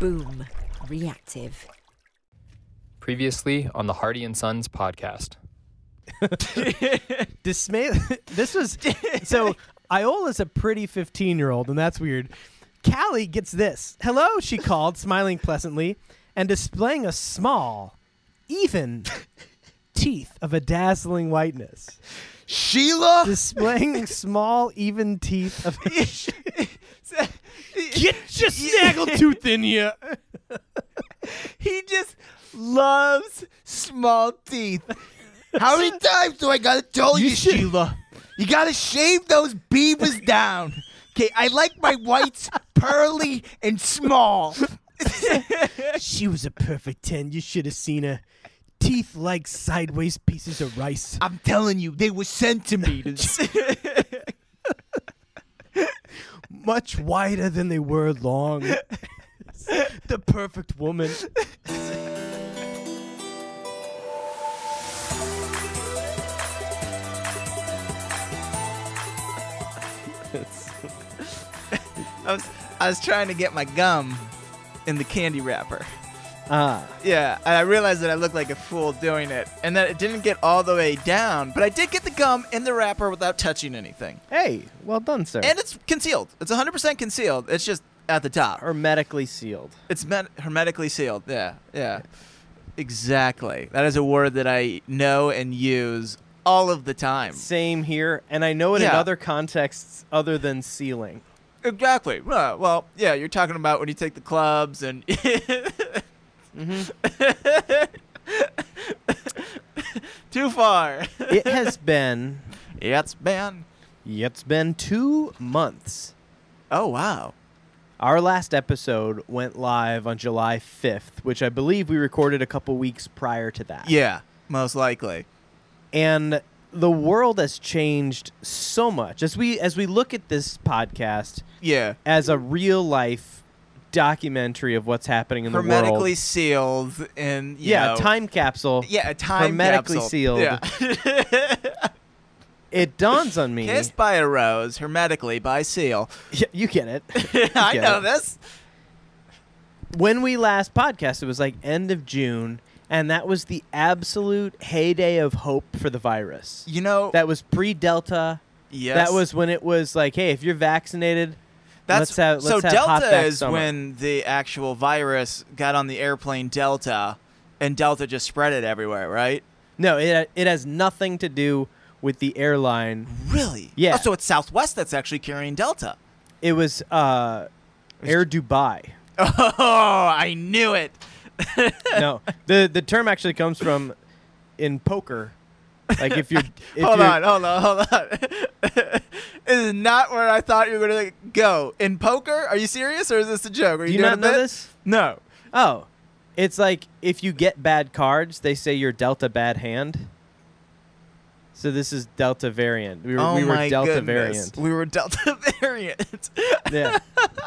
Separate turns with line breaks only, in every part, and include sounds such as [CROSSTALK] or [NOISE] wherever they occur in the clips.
Boom. Reactive.
Previously on the Hardy and Sons podcast.
Dismay. [LAUGHS] this was so. Iola's a pretty fifteen-year-old, and that's weird. Callie gets this. Hello, she called, [LAUGHS] smiling pleasantly, and displaying a small, even teeth of a dazzling whiteness.
Sheila?
Displaying small, even teeth of.
Get your snaggletooth in here.
He just loves small teeth. How many times do I gotta
Oh,
tell you, Sheila? You gotta shave those beavers down. Okay, I like my whites pearly and small.
she was a perfect ten. You should have seen her. Teeth like sideways pieces of rice.
I'm telling you, they were centimeters.
much wider than they were [LAUGHS] long. the perfect woman.
I was, I was trying to get my gum in the candy wrapper.
Ah,
Yeah, and I realized that I looked like a fool doing it, and that it didn't get all the way down. But I did get the gum in the wrapper without touching anything,
hey, well done, sir.
and it's concealed. It's 100% concealed. It's just at the top.
Hermetically sealed.
It's met- hermetically sealed. Yeah, yeah, exactly. That is a word that I know and use all of the time.
Same here, and I know it in
Um, Yeah.
other contexts other than
[LAUGHS]
sealing.
Exactly. Uh, well, yeah, you're talking about when you take the clubs and. [LAUGHS] Mm-hmm. Too far.
It has been,
Yes, man.
it's been two months.
Oh wow.
Our last episode went live on July 5th, which I believe we recorded a couple weeks prior to that.
Yeah, most likely.
and the world has changed so much as we as we look at this podcast
Yeah.
as a real life documentary of what's happening in the world
Hermetically sealed and you
yeah
know-
time capsule
Yeah, a time
hermetically
capsule.
sealed. [LAUGHS]
Yeah. [LAUGHS]
it dawns on
[LAUGHS]
me
Kissed by a rose, hermetically by seal.
[LAUGHS]
[LAUGHS]
Yeah, you get it [LAUGHS]
I
get
know
it.
this.
when we last podcast it was like end of june and that was the absolute heyday of hope for the virus
You know
that was pre-delta
yes.
that was when it was like hey if you're vaccinated
That's
let's have-
so
let's have hot
Delta
back
is
summer.
when the actual virus got on the airplane Delta, and Delta just spread it everywhere, right?
no it, it has nothing to do with the airline
Really?
Yeah.
Oh, so it's Southwest that's actually carrying Delta. [LAUGHS]
It was uh, Air Dubai.
Oh, I knew it.
[LAUGHS] no, the the term actually comes from in poker. Like if
[LAUGHS]
you're, if
hold
you're
on, hold on, hold on. [LAUGHS] this is not where I thought you were gonna go. In poker? Are you serious or is this a joke? Are
do
you,
you
doing
not
a
know
bit?
this?
No.
Oh, it's like if you get bad cards, they say you're dealt a bad hand. So this is Delta variant. We were,
oh
we were
my
Delta
goodness.
variant.
We were Delta [LAUGHS] variant. [LAUGHS]
yeah,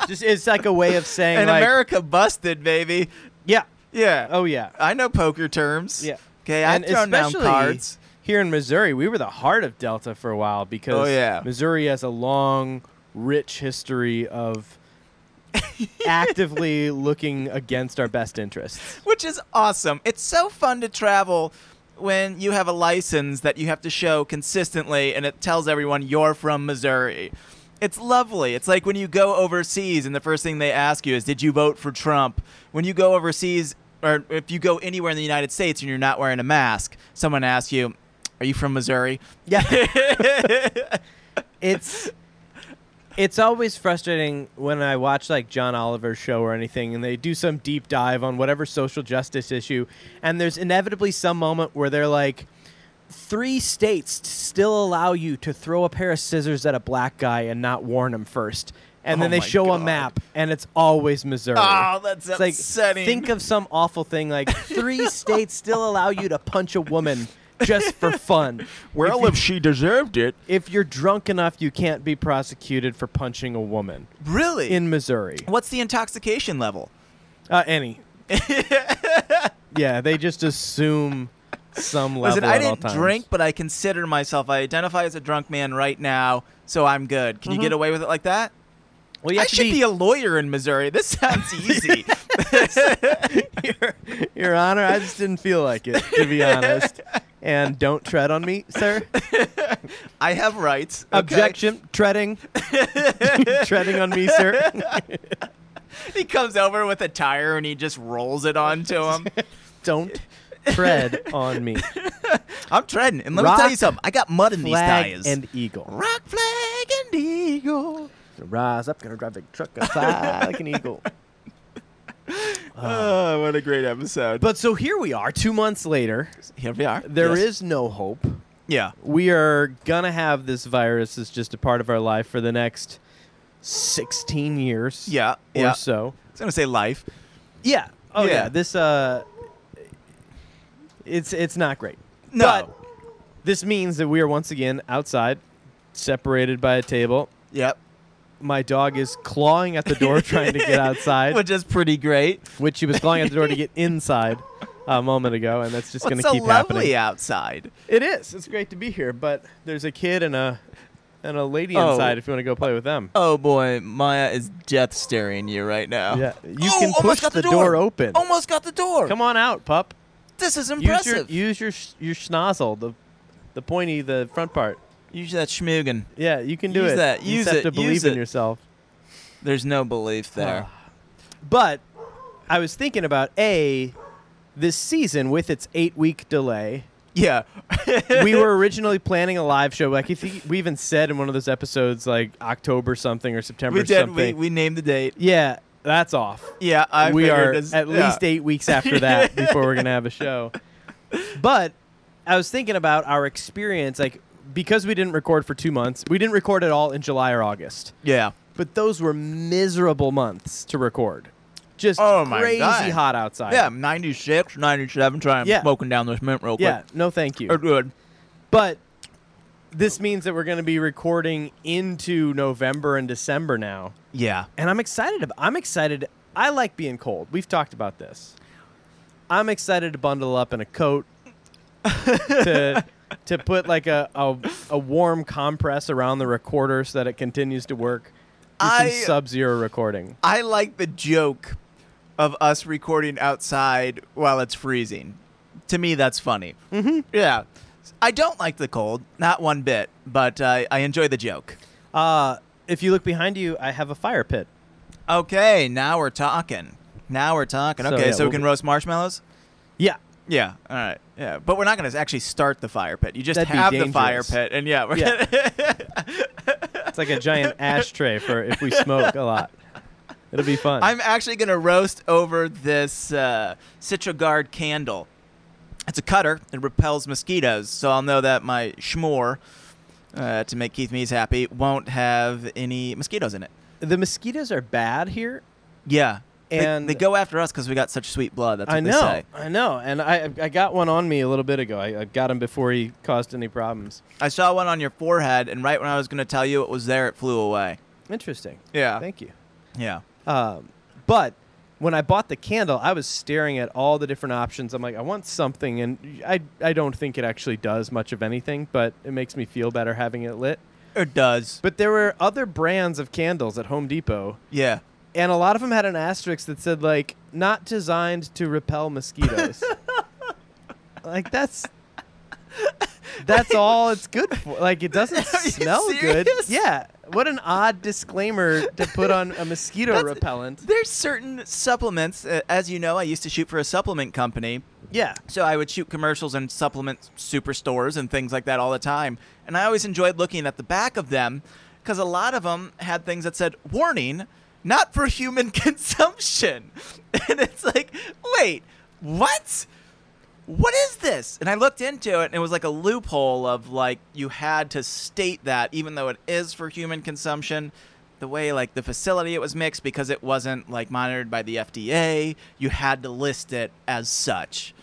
just it's like a way of saying
and
like,
America busted, baby.
yeah,
Yeah.
oh yeah,
I know poker terms.
yeah.
Okay, I've
and
thrown down
especially
cards.
here in Missouri, we were the heart of Delta for a while because
Oh, yeah.
Missouri has a long, rich history
[LAUGHS]
of actively looking against our best interests.
which is awesome. It's so fun to travel when you have a license that you have to show consistently and it tells everyone you're from Missouri. It's lovely. It's like when you go overseas and the first thing they ask you is, Did you vote for Trump? When you go overseas, or if you go anywhere in the United States and you're not wearing a mask, someone asks you, Are you from Missouri?
Yeah, it's it's always frustrating when I watch like John Oliver's show or anything, and they do some deep dive on whatever social justice issue, and there's inevitably some moment where they're like. Three states t- still allow you to throw a pair of scissors at a black guy and not warn him first. And
Oh
then they
my
show
God.
a map, and it's always Missouri.
Oh, that's
It's like
upsetting.
think of some awful thing like
[LAUGHS]
three states still allow you to punch a woman just for fun. if, you-
she deserved it.
if you're drunk enough, you can't be prosecuted for punching a woman
Really?
in Missouri.
What's the intoxication level?
Uh, any? [LAUGHS] yeah, they just assume some level
Listen, I
at all
didn't
times.
drink, but I consider myself. I identify as a drunk man right now, so I'm good. Can you get away with it like that?
Well, Mm-hmm. you
I
have to [LAUGHS]
should be, a lawyer in Missouri. This [LAUGHS] sounds easy.
Your, [LAUGHS] Your Honor, I just didn't feel like it, to be [LAUGHS] honest. And don't tread on me, sir.
I have rights. okay?
Objection, [LAUGHS] treading. treading on me, [LAUGHS] sir.
He comes over with a tire and he just rolls it onto
[LAUGHS]
him.
Don't tread on me.
I'm treading. And let
Rock,
me tell you something. I got mud in
Flag
these tires.
and eagle.
Rock flag and eagle.
Rise up, gonna drive the truck [LAUGHS] aside like an eagle.
Oh, what a great episode.
Ah. But so here we are, two months later.
here we are.
There is
Yes.
no hope.
Yeah.
We are gonna have this virus as just a part of our life for the next 16 years
Yeah.
or
yeah.
so.
I was gonna say life.
Yeah. Oh yeah.
Yeah.
This uh it's it's not great.
No.
But- This means that we are once again outside, separated by a table.
yep.
My dog is clawing at the
[LAUGHS]
door trying to get outside, which,
Which is pretty great.
she was clawing at the door to get inside a moment ago, and that's just going
It's
to
so
keep
lovely
happening.
outside.
It is. It's great to be here, but there's a kid and a and a lady
Oh.
inside if you want to go play with them.
Oh boy, Maya is death staring you right now.
Yeah, you
Oh,
can
almost
push
got
the,
the
door.
door. Oh
open.
Almost got the door.
Come on out, pup.
This is
Use your
impressive.
use your sh- your schnozzle, the the pointy, the front part.
Use that schmoogen.
Yeah, you can do
Use
it.
that.
You
Use
just have
it.
to believe
Use
in
it.
yourself.
There's no
Ah.
belief there.
But I was thinking about a this season with its eight week
[LAUGHS]
delay.
yeah.
we were originally planning a live show. Like I think we even said in one of those episodes, like October something or September
we did. We,
something.
we named the date.
yeah, that's off.
Yeah, I
we
figured
are
it's-
at
yeah.
least eight weeks after
[LAUGHS]
that before we're gonna have a show. But I was thinking about our experience, like because we didn't record for two months, we didn't record at all in July or August.
Yeah.
But those were miserable months to record. Just
Oh my
crazy
God.
hot outside.
Yeah, 96, 97, trying
Yeah.
smoking down this mint real quick.
Yeah, no thank you.
Or good.
But this means that we're going to be recording into November and December now.
Yeah.
And I'm excited about I'm excited. I like being cold. We've talked about this. I'm excited to bundle up in a coat to to put like a, a a warm compress around the recorder so that it continues to work. Do some
I-
sub-zero recording.
I like the joke of us recording outside while it's freezing. To me, that's funny. Mm-hmm. Yeah. I don't like the cold, not one bit, but uh, I enjoy the joke.
Uh, if you look behind you, I have a fire pit.
Okay, now we're talking. Now we're talking.
So,
Okay, so,
yeah, we'll
we can
be-
roast marshmallows?
Yeah,
Yeah, all right. Yeah, but we're not going to actually start the fire pit. You just
That'd be
have the fire
dangerous.
pit, and [LAUGHS] yeah, we're
Yeah.
gonna-
it's like a giant ashtray for if we smoke a lot. It'll be fun.
[LAUGHS] I'm actually gonna roast over this uh, Citrogard candle. It's a cutter. It repels mosquitoes, so I'll know that my schmore, uh, to make Keith Mees happy, won't have any mosquitoes in it.
the mosquitoes are bad here.
Yeah, They-
And-
they, go after us because we got such sweet blood. That's what
I
they
know,
say.
I know, and I I got one on me a little bit ago. I, I got him before he caused any problems.
I saw one on your forehead, and right when I was gonna tell you it was there, it flew away.
Interesting.
Yeah,
Thank you.
yeah,
Um, but when I bought the candle, I was staring at all the different options. I'm like, I want something, and I I don't think it actually does much of anything, but it makes me feel better having it lit.
it does.
But there were other brands of candles at Home Depot,
Yeah,
and a lot of them had an asterisk that said like not designed to repel
[LAUGHS]
mosquitoes. like that's that's all it's good for. Like it doesn't
[LAUGHS] Are you
smell good.
serious?
Yeah. What an odd disclaimer to put on a mosquito
That's-
repellent.
there's certain supplements. Uh, as you know, I used to shoot for a supplement company.
Yeah.
So I would shoot commercials in supplement superstores and things like that all the time. And I always enjoyed looking at the back of them because a lot of them had things that said, warning, not for human [LAUGHS] consumption. [LAUGHS] And it's like, wait, what? What is this? And I looked into it and it was like a loophole of like you had to state that even though it is for human consumption. The way like the facility it was mixed because it wasn't like monitored by the FDA, you had to list it as such.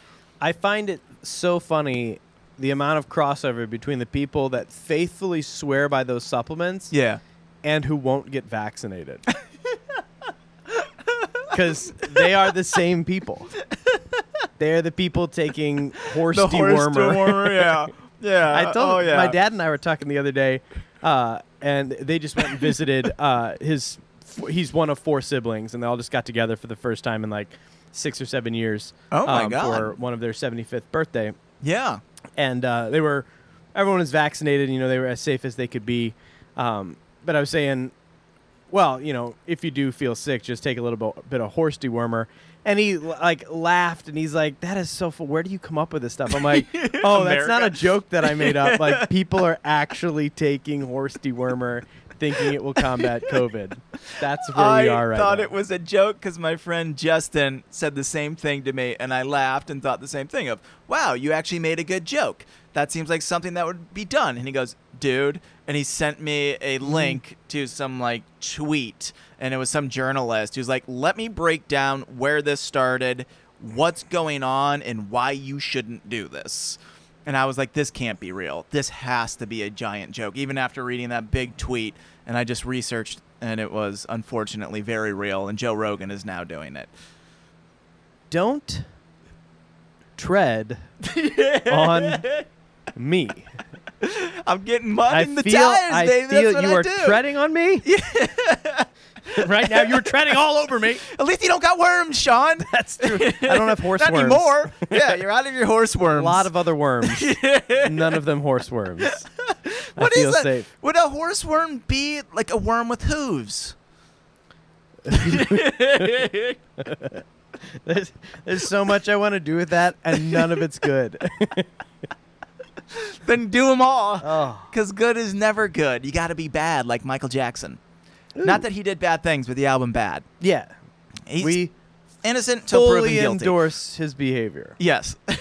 I find it so funny the amount of crossover between the people that faithfully swear by those supplements
Yeah.
and who won't get vaccinated. [LAUGHS] Because they are the same people. They are the people
[LAUGHS]
taking horse dewormer.
yeah. [LAUGHS]
[LAUGHS]
Yeah.
I told
oh, yeah. [LAUGHS]
my dad and I were talking the other day, uh, and they just went and visited uh, his f- he's one of four siblings, and they all just got together for the first time in like six or seven years.
Oh my
um,
God.
For one of their seventy fifth birthday,
Yeah.
and uh, they were everyone was vaccinated. You know, they were as safe as they could be. Um, but I was saying, well, you know, if you do feel sick, just take a little bo- bit of horse dewormer. And he like laughed, and he's like, "That is so. Fu- Where do you come up with this stuff?" I'm
[LAUGHS]
like, "Oh, that's not a
America.
joke that I made up.
[LAUGHS]
Like people are actually taking horse dewormer, thinking it will combat COVID. That's where
I
we are right
thought
now.
it was a joke because my friend Justin said the same thing to me, and I laughed and thought the same thing of, "Wow, you actually made a good joke. That seems like something that would be done." And he goes, "Dude," and he sent me a
Mm.
link to some like tweet, and it was some journalist who's like, "Let me break down where this started, what's going on, and why you shouldn't do this." And I was like, this can't be real. This has to be a giant joke. Even after reading that big tweet, and I just researched, and it was unfortunately very real. And Joe Rogan is now doing it.
Don't
[LAUGHS]
tread on me.
I'm getting mud
I
in the
feel,
tires,
I
Dave.
feel
That's what
you
I
are
do.
treading on
[LAUGHS]
me.
right now you're treading all over
[LAUGHS]
me.
At least you don't got worms, Sean.
[LAUGHS] That's true. I don't
[LAUGHS]
have horse
Not
worms. [LAUGHS]
anymore. yeah, you're out of your horse
A
worms.
lot of other worms.
[LAUGHS]
None of them horse worms.
What
I
is
feel
that?
safe.
Would a horse worm be like a worm with hooves?
There's, there's so much I want to do with that, and none of it's
[LAUGHS]
good.
Then do them all.
oh.
Because good is never good. You got to be bad, like Michael Jackson. Not that he did bad things, but the album Bad.
Yeah.
He's
we
innocent till proven
fully
guilty.
endorse his behavior.
Yes. I'm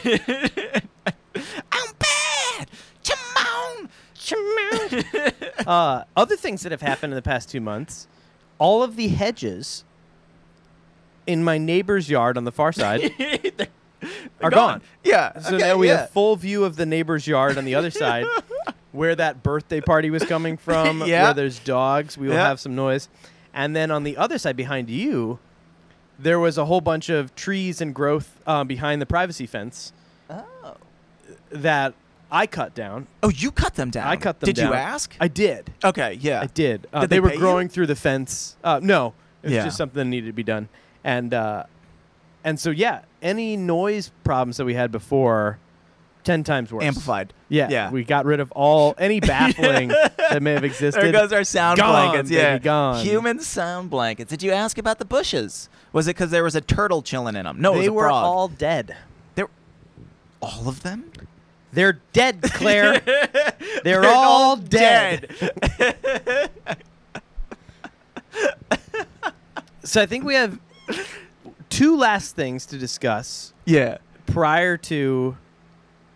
bad. Come on. [LAUGHS]
uh, other things that have happened in the past two months all of the hedges in my neighbor's yard on the far
[LAUGHS]
side are gone.
Yeah.
So
okay,
now we
yeah.
have full view of the neighbor's yard on the other side,
[LAUGHS]
where that birthday party was coming from.
Yeah.
Where there's dogs, we will
Yeah.
have some noise. And then on the other side behind you, there was a whole bunch of trees and growth uh, behind the privacy fence
Oh.
that I cut down.
Oh, you cut them down.
I cut them
Did
down.
you ask?
I did.
okay. Yeah.
I did. Uh,
Did
they,
they
were
pay you?
growing through the fence. Uh, no, it was
Yeah.
just something that needed to be done. And uh, and so yeah, any noise problems that we had before, ten times worse.
Amplified.
Yeah,
Yeah.
We got rid of
[LAUGHS]
all any baffling that may have existed.
there goes our sound
Gone,
blankets. Yeah.
baby, gone.
Human sound blankets. Did you ask about the bushes? Was it because there was a turtle chilling in them? No,
they
it was a
were
frog.
all dead.
all of them.
They're dead,
[LAUGHS]
Claire. They're, all dead. So I think we have two last things to discuss
yeah.
prior to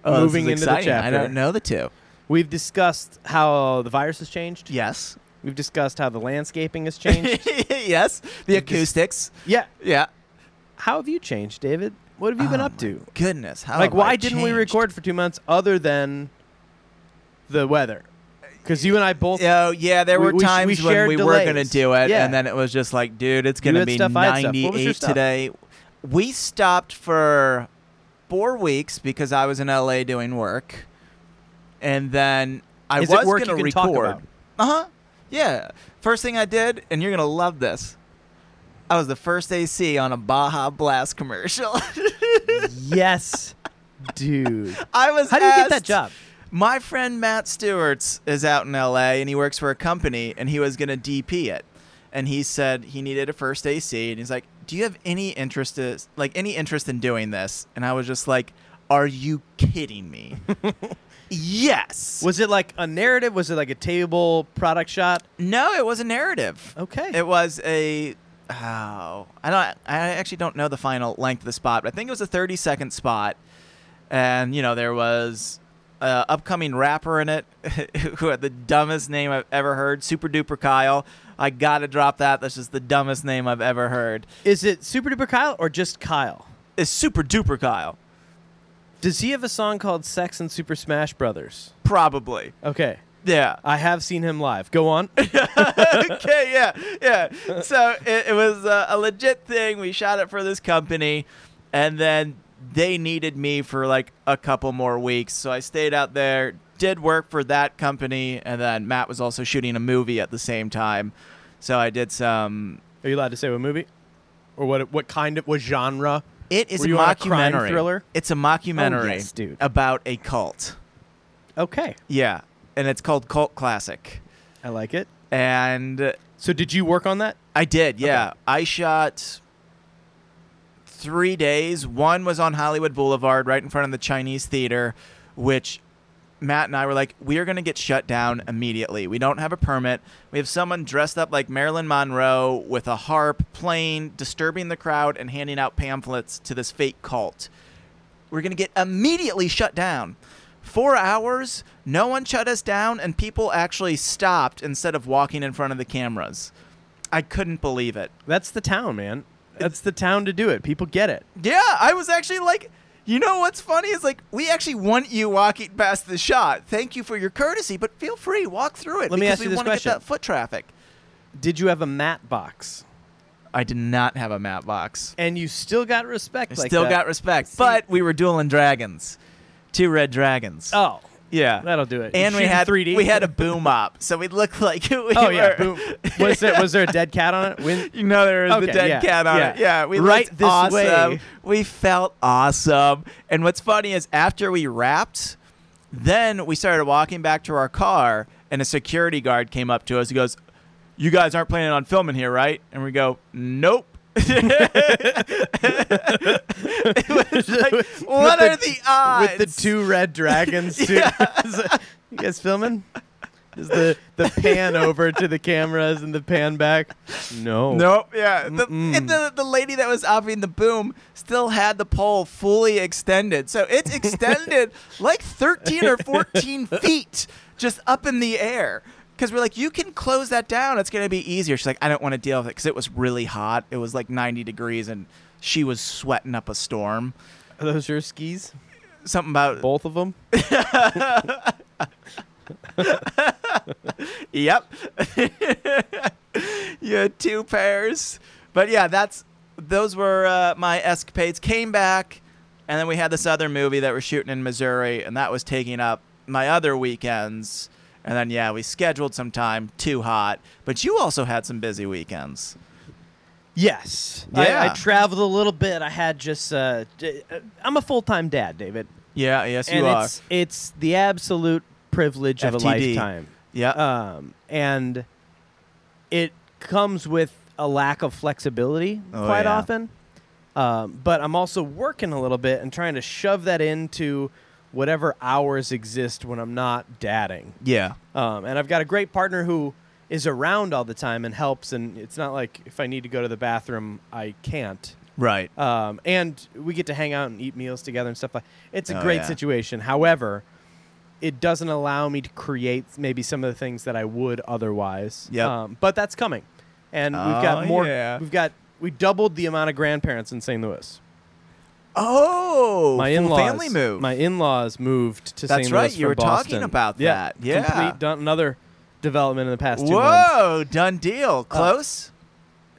Oh, this
moving
is
into the
exciting.
chapter.
I don't know the two.
We've discussed how the virus has changed.
Yes.
We've discussed how the landscaping has
[LAUGHS]
changed.
yes. The acoustics.
yeah.
Yeah.
How have you changed, David? What have you been
Oh
up
my
to?
Goodness. How
like
have
why
I
didn't we
changed?
record for two months other than the weather because you and i both
Oh yeah, there
We-
were
we sh- we
times when
shared
we were gonna
delays.
do it,
Yeah.
and then it was just like, dude, it's
You
gonna
had
be
stuff, I had stuff. What was your
98
stuff?
today. We stopped for four weeks because I was in LA doing work, and then I
Is it
was
work
gonna
you can talk
record.
about?
Uh huh. Yeah. First thing I did, and you're gonna love this. I was the first AC on a Baja Blast commercial.
[LAUGHS]
[LAUGHS]
yes dude
I was.
how do you get that
asked-
job
My friend Matt Stewart's is out in LA and he works for a company and he was going to DP it. And he said he needed a first AC and he's like, "Do you have any interest to, like any interest in doing this?" And I was just like, "Are you kidding me?" yes.
was it like a narrative was it like a table product shot
no, it was a narrative.
okay
It was a oh, I don't. I actually don't know the final length of the spot, but I think it was a 30 second spot, and you know there was an upcoming rapper in it [LAUGHS] who had the dumbest name I've ever heard, Super Duper Kyle. I gotta drop that. That's just the dumbest name I've ever heard.
is it super duper kyle or just kyle
It's Super Duper Kyle,
does he have a song called sex and super smash brothers
probably.
okay
Yeah.
i have seen him live go on [COUGHS]
okay, [LAUGHS] yeah, yeah. So it, it was uh, a, a legit thing. We shot it for this company, and then they needed me for like a couple more weeks. So I stayed out there, did work for that company, and then Matt was also shooting a movie at the same time. So I did some.
Are you allowed to say what movie? Or what what kind of what genre?
It is
Were you
a
on a crime
mockumentary.
thriller?
It's a mockumentary
Oh, yes, dude.
about a cult.
Okay.
Yeah, and it's called Cult Classic.
I like it.
And
So did you work on that?
I did, yeah. I shot three days. One was on Hollywood Boulevard, right in front of the Chinese Theater, which Matt and I were like, we are going to get shut down immediately. We don't have a permit. We have someone dressed up like Marilyn Monroe with a harp playing, disturbing the crowd, and handing out pamphlets to this fake cult. We're going to get immediately shut down. Four hours, no one shut us down, and people actually stopped instead of walking in front of the cameras. I couldn't believe it.
That's the town, man. That's the town to do it. People get it.
Yeah, I was actually like, you know what's funny is like we actually want you walking past the shot. Thank you for your courtesy, but feel free walk through it
Let me
because
ask you
we
this
want to get
question.
that foot traffic.
Did you have a mat box?
I did not have a map box.
And you still got respect
I
like
still
that.
got respect, but we were dueling dragons, two red dragons.
Oh,
yeah,
that'll do it.
and
You
we
shoot in
had
3D.
we had a boom op, so we looked like [LAUGHS] we
[LAUGHS] Oh yeah,
were-
boom. Was there was there a dead cat on it?
[LAUGHS]
Win-
You know there was the
Okay,
dead
yeah,
cat on
yeah.
it. Yeah, we
Right
looked
this
awesome.
way.
We felt awesome. And what's funny is after we wrapped, then we started walking back to our car, and a security guard came up to us. He goes, "You guys aren't planning on filming here, right?" And we go, "Nope." [LAUGHS]
[LAUGHS]
It was like, what
the-
are the odds?
with the two
[LAUGHS]
red dragons too. [LAUGHS] you guys filming? Is the the pan over to the cameras and the pan back? No.
Nope. Yeah. The,
Mm-mm.
and the, the lady that was offering the boom still had the pole fully extended. So it's extended like 13 or 14 feet just up in the air. Because we're like, you can close that down. It's going to be easier. She's like, I don't want to deal with it because it was really hot. It was like 90 degrees and she was sweating up a storm.
Are those your skis?
Something about,
Both of them?
yep. [LAUGHS] you had two pairs. But yeah, that's those were uh, my escapades. Came back, and then we had this other movie that we're shooting in Missouri, and that was taking up my other weekends. And then yeah, we scheduled some time. Too hot, but you also had some busy weekends.
Yes. I, I
Yeah.
traveled a little bit. I had just. Uh, j- uh, I'm a full time dad, David,
Yeah, yes,
and it's it's the absolute privilege of a
FTD.
lifetime,
Yeah,
um, and it comes with a lack of flexibility
Oh,
quite
yeah.
often. Um, but I'm also working a little bit and trying to shove that into whatever hours exist when I'm not dadding.
yeah,
Um, and I've got a great partner who is around all the time and helps. And it's not like if I need to go to the bathroom, I can't.
right.
Um, and we get to hang out and eat meals together and stuff like. It's a
Oh,
great
yeah.
situation. However, it doesn't allow me to create maybe some of the things that I would otherwise. Um,
Yep.
but that's coming, and we've
Oh,
got more.
yeah.
We've got we doubled the amount of grandparents in St. Louis.
Oh,
My
full
in-laws,
family move.
My in-laws moved to
That's
St.
right,
Louis
you
from
were talking
Boston.
about
yeah.
that. Yeah.
Complete, done another development in the past two months.
Whoa, done deal. Close.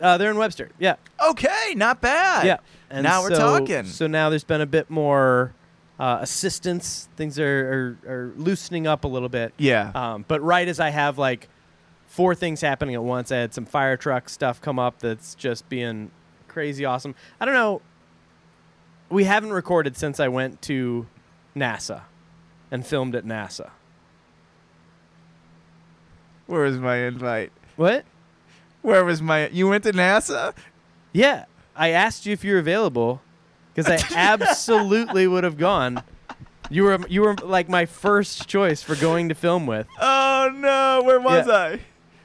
Uh, they're in Webster. Yeah.
okay, not bad.
Yeah.
now we're
so-
talking.
So now there's been a bit more uh, assistance. Things are, are, are loosening up a little bit.
yeah.
Um, but right as I have like four things happening at once, I had some fire truck stuff come up that's just being crazy awesome. I don't know. We haven't recorded since I went to NASA and filmed at NASA.
Where was my invite?
What?
Where was my? You went to NASA?
Yeah, I asked you if you're available because I absolutely would have gone. You were you were like my first choice for going to film with. Uh,
Oh no, where was
Yeah.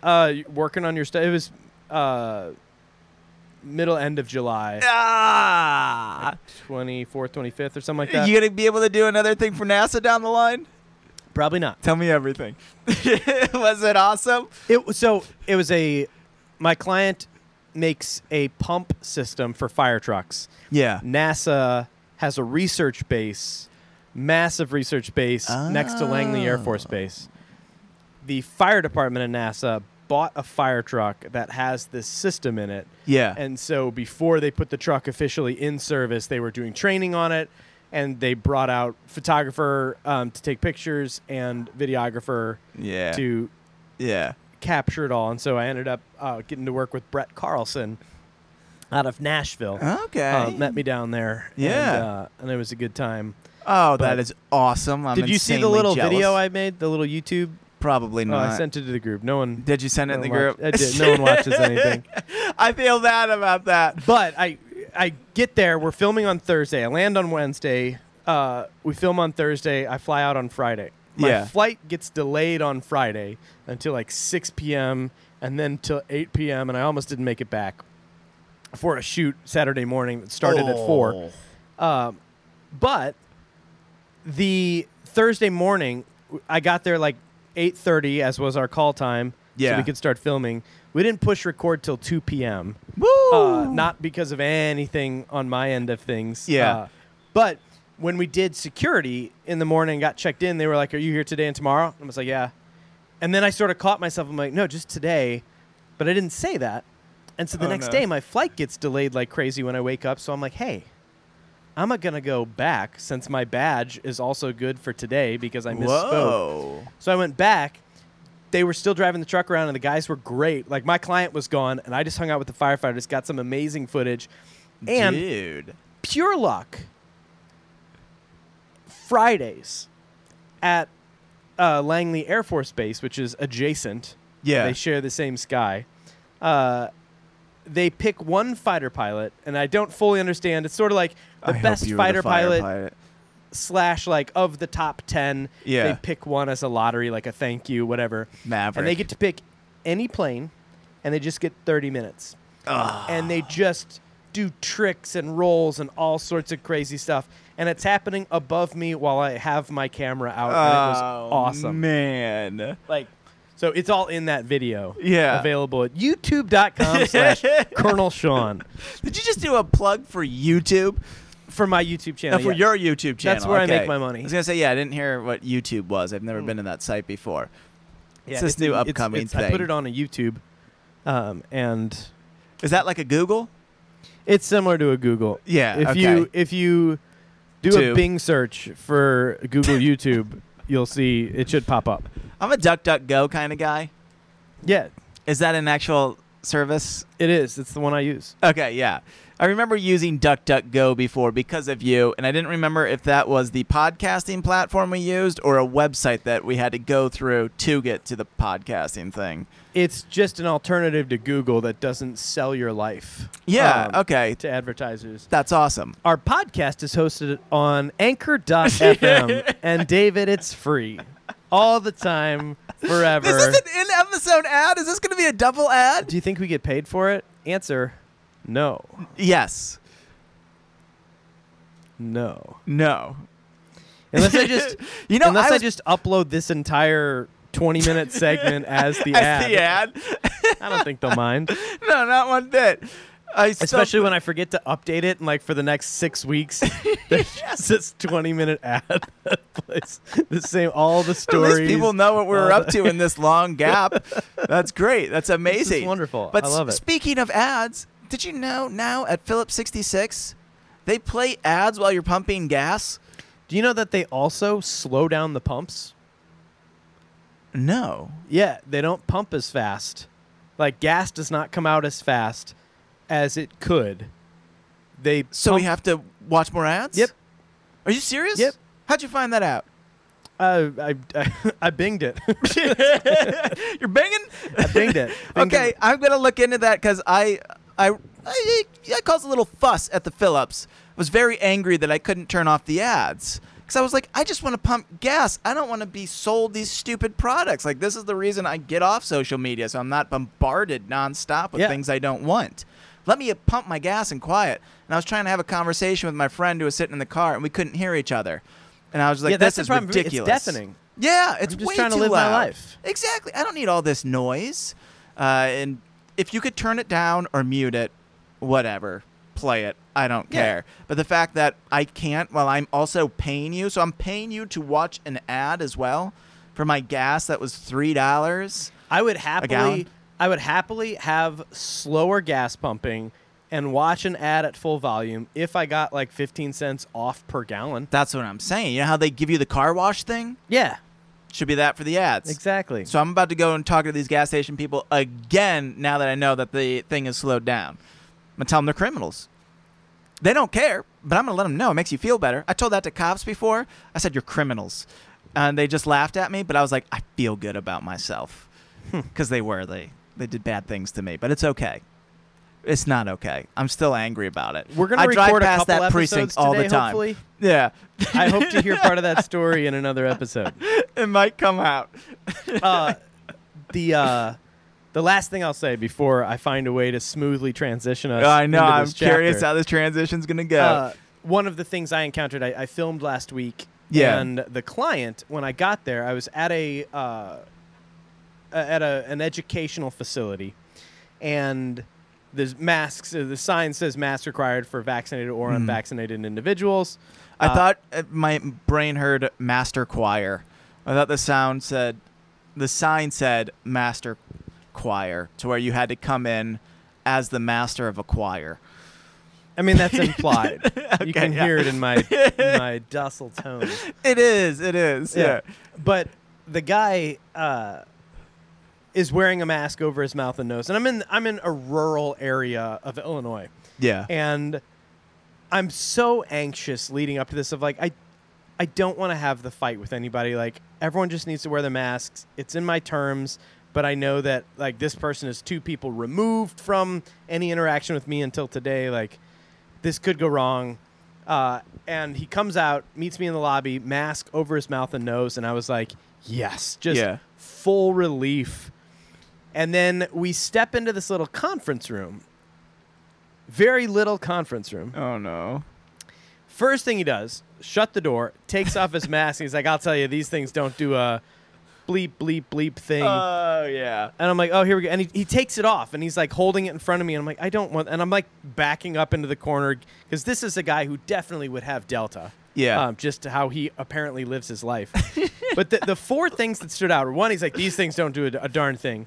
I?
Uh, you- working on your stuff. It was uh, middle end of July,
Ah,
24th, 25th, or something like that.
you gonna be able to do another thing for NASA down the line?
Probably not.
Tell me everything. [LAUGHS] was it awesome?
It was- so it was a my client makes a pump system for fire trucks.
Yeah.
NASA has a research base, massive research base next to Langley Air Force Base. The fire department at NASA bought a fire truck that has this system in it.
Yeah.
And so before they put the truck officially in service, they were doing training on it and they brought out photographer um, to take pictures and videographer
yeah.
to
Yeah.
capture it all, and so I ended up uh, getting to work with Brett Carlson out of Nashville.
Okay.
uh, met me down there.
Yeah.
and, uh, and it was a good time.
oh,
but-
that is awesome. I'm
Did you see the
insanely
little
jealous.
video I made? The little YouTube?
Probably
No,
not.
I sent it to the group. No one.
Did you send it in
no
the
one
group?
watched- I did.
[LAUGHS]
No one watches anything.
I feel bad about that.
But I I get there. We're filming on Thursday. I land on Wednesday. Uh, we film on Thursday. I fly out on Friday. My
Yeah.
flight gets delayed on Friday until like 6 p.m. and then till 8 p.m. and I almost didn't make it back for a shoot Saturday morning that started at four.
Oh.
But the Thursday morning, w- I got there like 8:30, as was our call time, so
Yeah.
we could start filming. We didn't push record till 2 p.m.
Woo!
Uh, not because of anything on my end of things.
Yeah.
uh, but when we did security in the morning, got checked in, they were like, "Are you here today and tomorrow?" And I was like, "Yeah." And then I sort of caught myself. I'm like, "No, just today," but I didn't say that. And so the
Oh,
next
no.
day, my flight gets delayed like crazy when I wake up. So I'm like, "Hey." I'm not gonna go back since my badge is also good for today because I misspoke.
Whoa.
So I went back. They were still driving the truck around, and the guys were great. Like my client was gone, and I just hung out with the firefighters, got some amazing footage, and
Dude.
pure luck. Fridays, at uh, Langley Air Force Base, which is adjacent.
Yeah.
They share the same sky. Uh, they pick one fighter pilot, and I don't fully understand. It's sort of like the
I hope
best
you were the
fighter
fire
pilot slash like of the top 10
Yeah.
they pick one as a lottery like a thank you whatever
Maverick.
and they get to pick any plane and they just get 30 minutes and they just do tricks and rolls and all sorts of crazy stuff and it's happening above me while i have my camera out and it was
Oh,
awesome
Man.
like so it's all in that video
Yeah.
available at
[LAUGHS]
youtube.com slash colonel sean
Did you just do a plug for YouTube?
for my youtube
Uh,
channel
for
yeah.
your YouTube channel.
That's where I make
okay.
my money.
I was gonna say, yeah, I didn't hear what YouTube was. I've never been to that site before.
Yeah,
it's this new
it's-
upcoming
it's- i put
thing.
it on a youtube um, and
Is that like a Google?
It's similar to a Google.
Yeah,
If
okay.
you if you do a
Tube.
Bing search for Google
[LAUGHS]
YouTube, you'll see it should pop up.
I'm a DuckDuckGo kind of guy.
Yeah,
Is that an actual service?
it is. It's the one I use.
Okay, yeah. I remember using DuckDuckGo before because of you, and I didn't remember if that was the podcasting platform we used or a website that we had to go through to get to the podcasting thing.
It's just an alternative to Google that doesn't sell your life.
Yeah,
um,
okay.
To advertisers.
That's awesome.
Our podcast is hosted on
[LAUGHS]
anchor.fm and David, it's free. All the time, forever.
Is this an in episode ad? Is this going to be a double ad?
do you think we get paid for it? Answer no.
Yes.
No.
[LAUGHS] No.
Unless I just
[LAUGHS] You know,
unless
I,
I,
was,
just upload this entire 20 minute segment
[LAUGHS]
as the
as
ad.
the ad.
I don't think they'll
[LAUGHS]
mind,
no, not one bit. I still-
especially when I forget to update it and like for the next six
[LAUGHS]
weeks, [LAUGHS] there's just this 20 minute ad. [LAUGHS] that plays the same, all the
At
stories.
least people know what we're
all
up to in this
[LAUGHS]
long gap. That's great. That's amazing.
wonderful.
But
I love
s-
it.
speaking of ads, did you know now at Phillips 66, they play ads while you're pumping gas?
Do you know that they also slow down the pumps?
No.
Yeah, they don't pump as fast. Like gas does not come out as fast as it could. They
So
pump,
we have to watch more ads?
Yep.
Are you serious?
Yep.
How'd you find
[LAUGHS]
that out? [LAUGHS]
uh, [LAUGHS] I, I I binged it.
You're banging?
I binged it. Binged
[LAUGHS] okay,
it.
I'm gonna look into that because I, I, I, I caused a little fuss at the Phillips. I was very angry that I couldn't turn off the ads because I was like, I just want to pump gas. I don't want to be sold these stupid products. Like this is the reason I get off social media, so I'm not bombarded nonstop with
Yeah.
things I don't want. Let me pump my gas in quiet. And I was trying to have a conversation with my friend who was sitting in the car, and we couldn't hear each other. And I was like,
yeah, that's
"This is
the problem.
ridiculous."
It's deafening.
Yeah, it's
just
way
trying to
too
live my
loud.
life.
Exactly. I don't need all this noise. Uh, and if you could turn it down or mute it, whatever, play it. I don't
Yeah.
care. But the fact that I can't while I'm also paying you, so I'm paying you to watch an ad as well for my gas that was three dollars.
I would
gallon?
happily I would happily have slower gas pumping and watch an ad at full volume if I got like 15 cents off per gallon.
That's what I'm saying. You know how they give you the car wash thing?
Yeah.
Should be that for the ads.
Exactly.
So I'm about to go and talk to these gas station people again now that I know that the thing is slowed down. I'm going to tell them they're criminals. They don't care, but I'm going to let them know. It makes you feel better. I told that to cops before. I said, You're criminals. And they just laughed at me, but I was like, I feel good about myself.
Hmm.
Because they were. They, they did bad things to me, but it's okay. It's not okay. I'm still angry about it.
We're gonna
I drive
record a
past
couple
that precinct
episodes
all
today,
the time.
hopefully.
Yeah, [LAUGHS]
I hope to hear part of that story in another episode.
it might come out.
Uh, the uh, the last thing I'll say before I find a way to smoothly transition us.
I know.
into
I'm
this
curious
chapter.
how this transition's gonna go.
Uh, one of the things I encountered, I, I filmed last week,
Yeah.
and the client, when I got there, I was at a uh, a- at a, an educational facility, and there's masks. uh, The sign says masks required for vaccinated
Mm-hmm.
or unvaccinated individuals.
I
Uh,
thought uh, my brain heard master choir. I thought the sound said, the sign said master choir, to where you had to come in as the master of a choir.
I mean that's implied.
[LAUGHS]
you can
yeah.
hear it in my in
[LAUGHS]
my docile tone.
It is. It is. Yeah.
But the guy uh, is wearing a mask over his mouth and nose, and I'm in I'm in a rural area of Illinois,
Yeah.
and I'm so anxious leading up to this of like I I don't want to have the fight with anybody. Like everyone just needs to wear the masks. It's in my terms, but I know that like this person is two people removed from any interaction with me until today. Like this could go wrong. Uh, and he comes out, meets me in the lobby, mask over his mouth and nose, and I was like, yes, just
Yeah.
full relief. And then we step into this little conference room. Very little conference room.
Oh no.
First thing he does, shut the door, takes off his mask. And he's like, I'll tell you, these things don't do a bleep, bleep, bleep thing.
Oh yeah.
and I'm like, oh, here we go. And he, he takes it off and he's like holding it in front of me. And I'm like, I don't want. And I'm like backing up into the corner because this is a guy who definitely would have Delta.
Yeah.
Um, just how he apparently lives his
[LAUGHS]
life. but the, the four things that stood out were one, he's like, these things don't do a, a darn thing.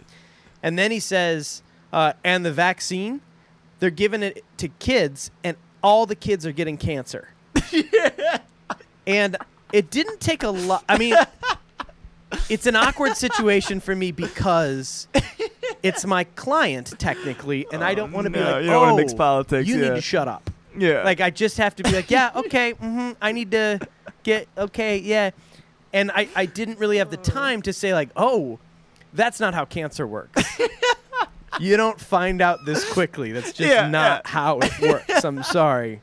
And then he says, uh, and the vaccine, they're giving it to kids, and all the kids are getting
[LAUGHS]
cancer. And it didn't take a lot. I mean, it's an awkward situation for me because it's my client technically, and I don't want to be
no,
like,
you don't wanna
"Oh,
mix politics,"
You
yeah.
need to shut up.
Yeah.
Like I just have to be like,
[LAUGHS]
yeah, okay, hmm I need to get okay, yeah. And I, I didn't really have the time to say like, oh, that's not how cancer works.
[LAUGHS]
you don't find out this quickly. That's just
Yeah,
not
yeah.
how it works. I'm sorry.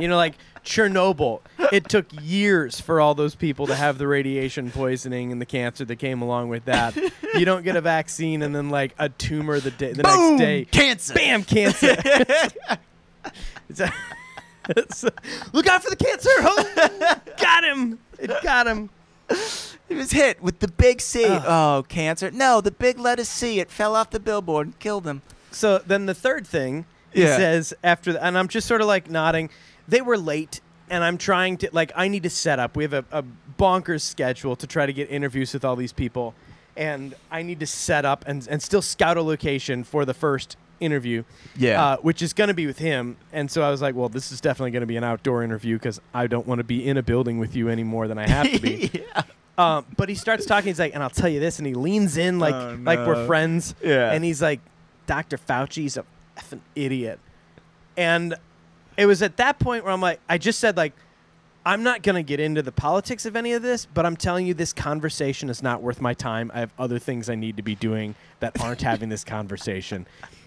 You know, like Chernobyl, it took years for all those people to have the radiation poisoning and the cancer that came along with that. You don't get a vaccine and then like a tumor the day the next day.
Cancer.
Bam, cancer. [LAUGHS] It's a- it's a- [LAUGHS] look out for the cancer. Oh, [LAUGHS] got him. It got him.
It was hit with the big C.
Uh.
Oh, cancer. No, the big letter C. It fell off the billboard and killed him.
So then the third thing he
Yeah.
says after, the, and I'm just sort of like nodding. They were late, and I'm trying to like I need to set up. We have a, a bonkers schedule to try to get interviews with all these people, and I need to set up and and still scout a location for the first interview.
Yeah.
uh, which is going to be with him. And so I was like, well, this is definitely going to be an outdoor interview because I don't want to be in a building with you any more than I have to
[LAUGHS]
be. Um, but he starts talking. He's like, and I'll tell you this. And he leans in like
Oh,
like
no.
we're friends.
Yeah.
And he's like, Dr. Fauci's a effing idiot. And it was at that point where I'm like, I just said like, I'm not gonna get into the politics of any of this, but I'm telling you, this conversation is not worth my time. I have other things I need to be doing that aren't having this conversation.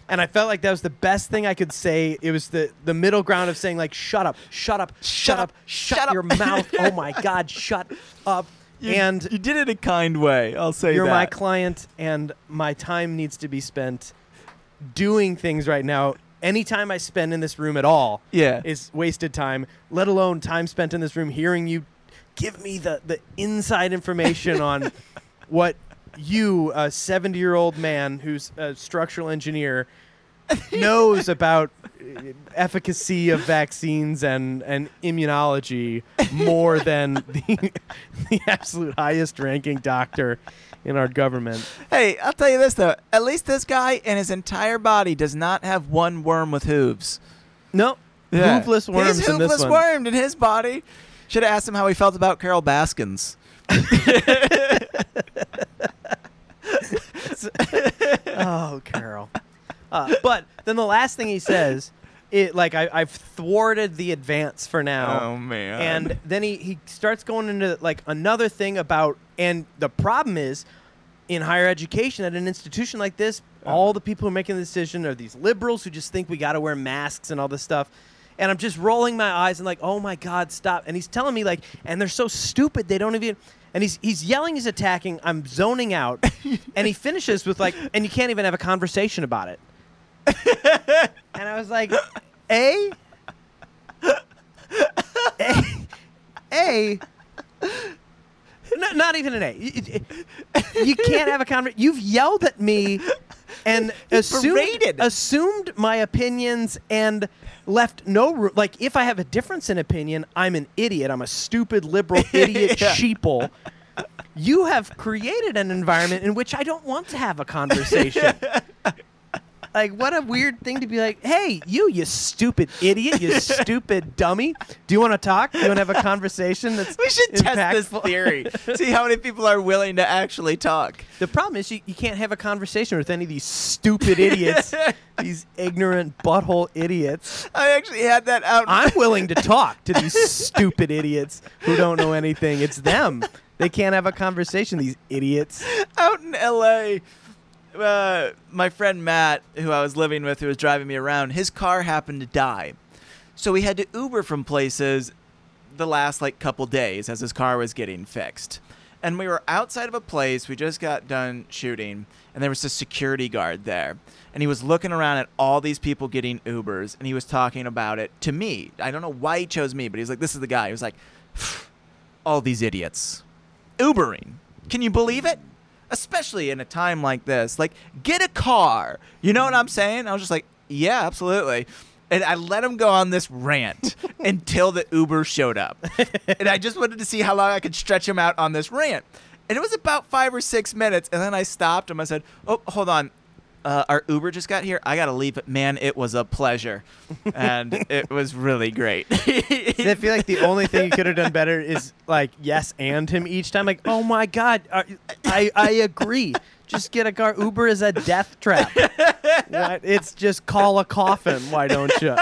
And I felt like that was the best thing I could say. It was the, the middle ground of saying like, shut up, shut up, shut,
up,
up, shut,
shut up."
your mouth. Oh my God, shut up.
[LAUGHS] You-
and
you did it a kind way. I'll say
you're
that.
my client, and my time needs to be spent doing things right now. Any time I spend in this room at all
Yeah.
is wasted time, let alone time spent in this room hearing you give me the, the inside information
[LAUGHS]
on what you, a 70 year old man who's a structural
[LAUGHS]
engineer, knows about uh, efficacy of vaccines and, and immunology more than [LAUGHS] the, the absolute highest ranking doctor in our government.
Hey, I'll tell you this though. At least this guy and his entire body does not have one worm with hooves.
No, hoofless worms
He's
in this
hoofless
one.
wormed in his body. Should have asked him how he felt about Carol Baskins.
oh, Carol. Uh, but then the last thing he says, it like I, I've thwarted the advance for now.
Oh, man.
And then he he starts going into like another thing about, and the problem is, in higher education at an institution like this, all the people who are making the decision are these liberals who just think we got to wear masks and all this stuff. And I'm just rolling my eyes and like, oh my God, stop. And he's telling me like, and they're so stupid, they don't even. And he's he's yelling, he's attacking. I'm zoning out, and he finishes with like, and you can't even have a conversation about it. and I was like, a, a, a. No, not even an A. You- you- You can't have a conversation. You've yelled at me
[LAUGHS]
and assumed,
berated.
assumed my opinions and left no room. Like, if I have a difference in opinion, I'm an idiot. I'm a stupid liberal idiot
[LAUGHS] Yeah.
sheeple. You have created an environment in which I don't want to have a
[LAUGHS]
conversation. Like, what a weird thing to be like, hey, you, you stupid idiot, you
[LAUGHS]
stupid dummy. Do you want to talk? Do you want to have a conversation that's
we should test this
impactful?"
theory. See how many people are willing to actually talk.
The problem is you, you can't have a conversation with any of these stupid
[LAUGHS]
idiots, these ignorant butthole idiots.
I actually had that out.
I'm willing to talk to these stupid idiots who don't know anything. It's them. They can't have a conversation, these idiots.
[LAUGHS] out in LA, uh, my friend Matt, who I was living with, who was driving me around, his car happened to die. So we had to Uber from places the last like couple days as his car was getting fixed. And we were outside of a place we just got done shooting, and there was a security guard there. And he was looking around at all these people getting Ubers, and he was talking about it to me. I don't know why he chose me, but he was like, This is the guy. He was like, All these idiots. Ubering. Can you believe it? Especially in a time like this. Like, get a car. You know what I'm saying? I was just like, yeah, absolutely. And I let him go on this rant until the Uber showed up. and I just wanted to see how long I could stretch him out on this rant. And it was about five or six minutes. And then I stopped him. I said, oh, hold on. Uh, our Uber just got here. I got to leave. But man, it was a pleasure. And it was really great.
I feel like the only thing you could have done better is like yes and him each time. Like, oh my god, I I, I agree. Just get a car. Uber is a death trap. Why- it's just call a coffin. Why don't you?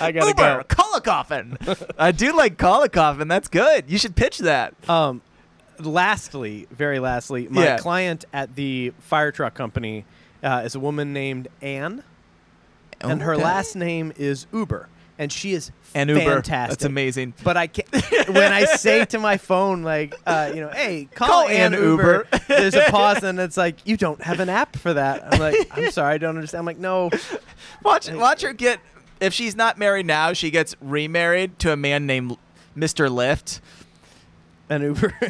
I gotta
Uber, call a coffin. [LAUGHS] I do like call a coffin. That's good. You should pitch that.
go. Um, lastly, very lastly, my
Yeah.
client at the fire truck company uh, is a woman named Anne, and her
Okay.
last name is Uber, and she is
and Uber.
fantastic.
That's amazing.
But I can't. [LAUGHS] when I say to my phone, like, uh, you know, hey, call,
Call
an
an
Uber.
Uber.
There's a pause, and it's like, you don't have an app for that. I'm like, [LAUGHS] I'm sorry, I don't understand. I'm like, no,
Watch, watch her get. If she's not married now, she gets remarried to a man named Mr. Lyft.
an Uber, [LAUGHS]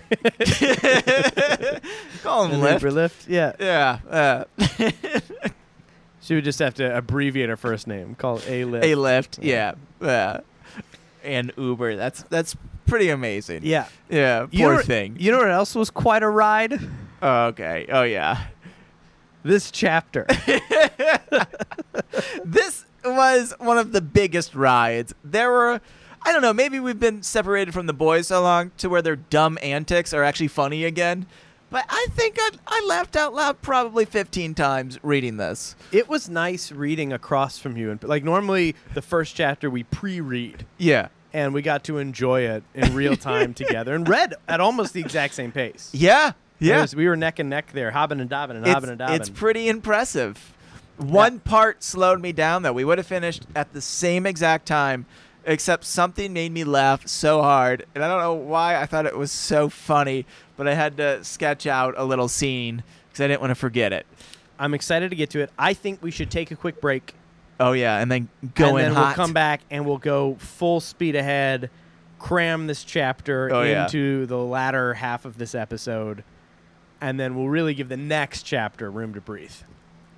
Call him
an
Lyft.
Uber Lyft. Yeah,
Yeah, uh,
she would just have to abbreviate her first name, call it a Lyft.
a Lyft. Yeah, yeah. And Uber. That's that's pretty amazing.
yeah,
yeah.
You know
Poor
what-
thing.
You know what else was quite a ride?
oh, okay. Oh yeah.
This [LAUGHS] chapter.
this was one of the biggest rides. There were, I don't know, maybe we've been separated from the boys so long to where their dumb antics are actually funny again. But I think I, I laughed out loud probably 15 times reading this.
it was nice reading across from you, and like normally the first chapter we pre-read.
Yeah.
and we got to enjoy it in
[LAUGHS]
real time together and read at almost the exact same pace.
Yeah.
It
Yeah.
was- we were neck and neck there, hobbing and dobbing and
it's,
hobbing and dobbing.
it's pretty impressive. One part slowed me down though. We would have finished at the same exact time, except something made me laugh so hard, and I don't know why. I thought it was so funny, but I had to sketch out a little scene because I didn't want to forget it.
I'm excited to get to it. I think we should take a quick break,
Oh yeah, and then go
and
in
then
hot.
we'll come back and we'll go full speed ahead, cram this chapter
Oh, yeah.
into the latter half of this episode, and then we'll really give the next chapter room to breathe.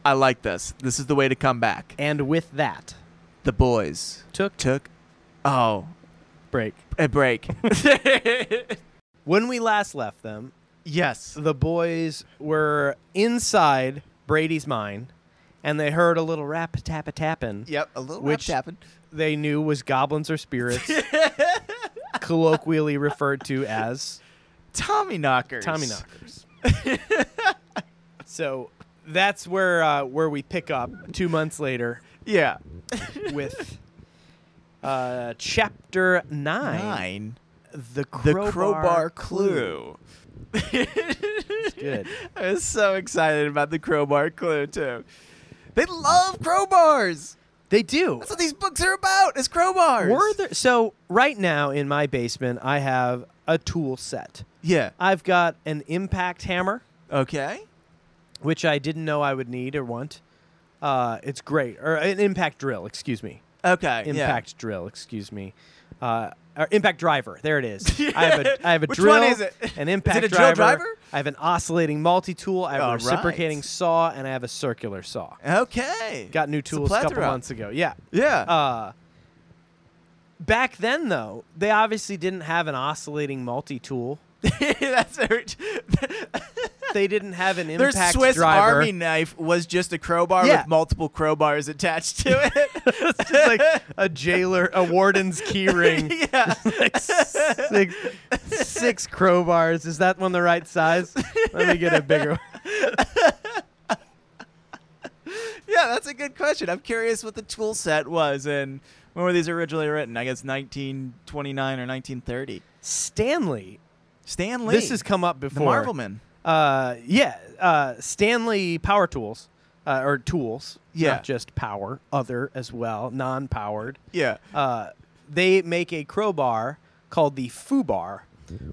I like this. This is the way to come back.
And with that,
The boys
took
took. Oh, [LAUGHS]
break.
a break.
When we last left them,
yes.
the boys were inside Brady's mine, and they heard a little rap tap a tapping.
Yep. A little
Which-
which happened.
They knew was goblins or spirits, colloquially referred to as
Tommy knockers.
Tommy knockers. so that's where uh, where we pick up two months later
Yeah.
with uh, chapter nine,
Nine.
the
The
crowbar,
crowbar, clue.
Good.
I was so excited about the crowbar clue too. They love crowbars.
They do.
That's what these books are about. Is crowbars.
Were there, so right now in my basement, I have a tool set.
Yeah.
I've got an impact hammer,
Okay.
which I didn't know I would need or want. Uh, it's great, or an impact drill. Excuse me,
Okay.
impact drill. Excuse me, uh, or impact driver. There it
[LAUGHS]
is. I have a, I have a
Which
drill.
one is it? [LAUGHS] Is
An
it
impact
a drill driver?
I have an oscillating multi-tool. I have
All
a
right.
reciprocating saw, and I have a circular saw.
Yeah. Okay.
Got new
It's a
tools a couple
plethora.
months ago. Yeah.
Yeah.
Uh, back then, though, they obviously didn't have an oscillating
[LAUGHS]
multi-tool.
[LAUGHS] That's very.
They didn't have an
Their
impact
Swiss
driver.
Army knife was just a crowbar
Yeah.
with multiple crowbars attached to
[LAUGHS]
it.
It's just like a jailer, a warden's keyring.
[LAUGHS]
[LAUGHS]
yeah.
like six, six crowbars. Is that one the right size? Let me get a bigger one.
Yeah, that's a good question. I'm curious what the tool set was and when were these originally written? I guess 1929 or 1930.
Stanley.
Stan Lee.
This has come up
the
before.
Marvelman.
Uh, yeah, uh, Stanley Power Tools, uh, or tools,
Yeah.
not just power, other as well, non-powered.
Yeah.
Uh, they make a crowbar called the Fubar,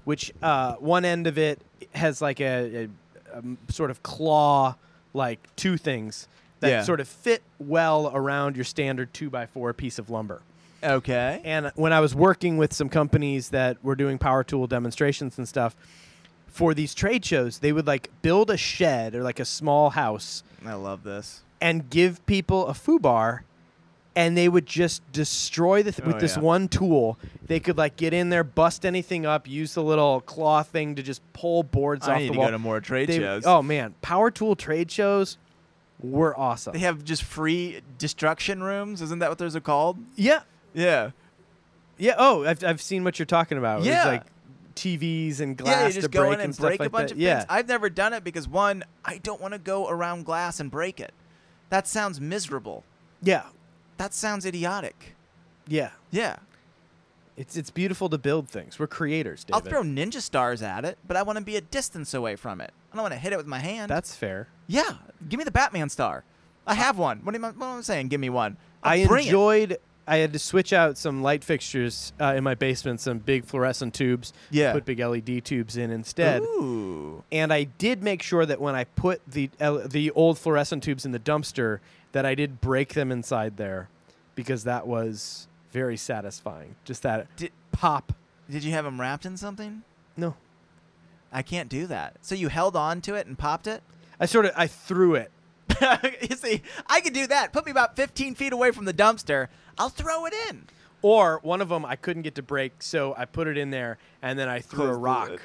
which uh, one end of it has like a, a, um, sort of claw, like two things that
Yeah.
sort of fit well around your standard two by four piece of lumber.
Okay.
And when I was working with some companies that were doing power tool demonstrations and stuff for these trade shows, they would like build a shed or like a small house
I love this.
and give people a fubar and they would just destroy the th- with
Oh,
this
yeah.
one tool they could like get in there bust anything up use the little claw thing to just pull boards
I
off
need
the
to
wall
go to more trade
They-
shows.
oh man power tool trade shows were awesome
They have just free destruction rooms. Isn't that what those are called?
yeah
Yeah.
yeah oh I've, I've seen what you're talking about It's
Yeah.
like tvs and glass
yeah, you
to
just
break
go in
and
and
stuff
break a
like
bunch
that.
of
yeah
things. I've never done it because one, I don't want to go around glass and break it. That sounds miserable.
yeah
That sounds idiotic.
yeah
Yeah.
it's it's beautiful to build things we're creators David.
I'll throw ninja stars at it, but I want to be a distance away from it. I don't want to hit it with my hand.
that's fair
yeah. Give me the Batman star. I have one. What am I, what am I saying? Give me one.
I
I'll bring it.
enjoyed. I had to switch out some light fixtures uh, in my basement, some big fluorescent tubes.
Yeah.
Put big LED tubes in instead.
Ooh.
And I did make sure that when I put the L- the old fluorescent tubes in the dumpster, that I did break them inside there, because that was very satisfying. Just that
Did-
pop.
Did you have them wrapped in something?
No,
I can't do that. So you held on to it and popped it? [LAUGHS]
I sort of I threw it.
you see, I could do that. Put me about 15 feet away from the dumpster. I'll throw it in.
Or one of them I couldn't get to break, so I put it in there and then I threw a rock. on top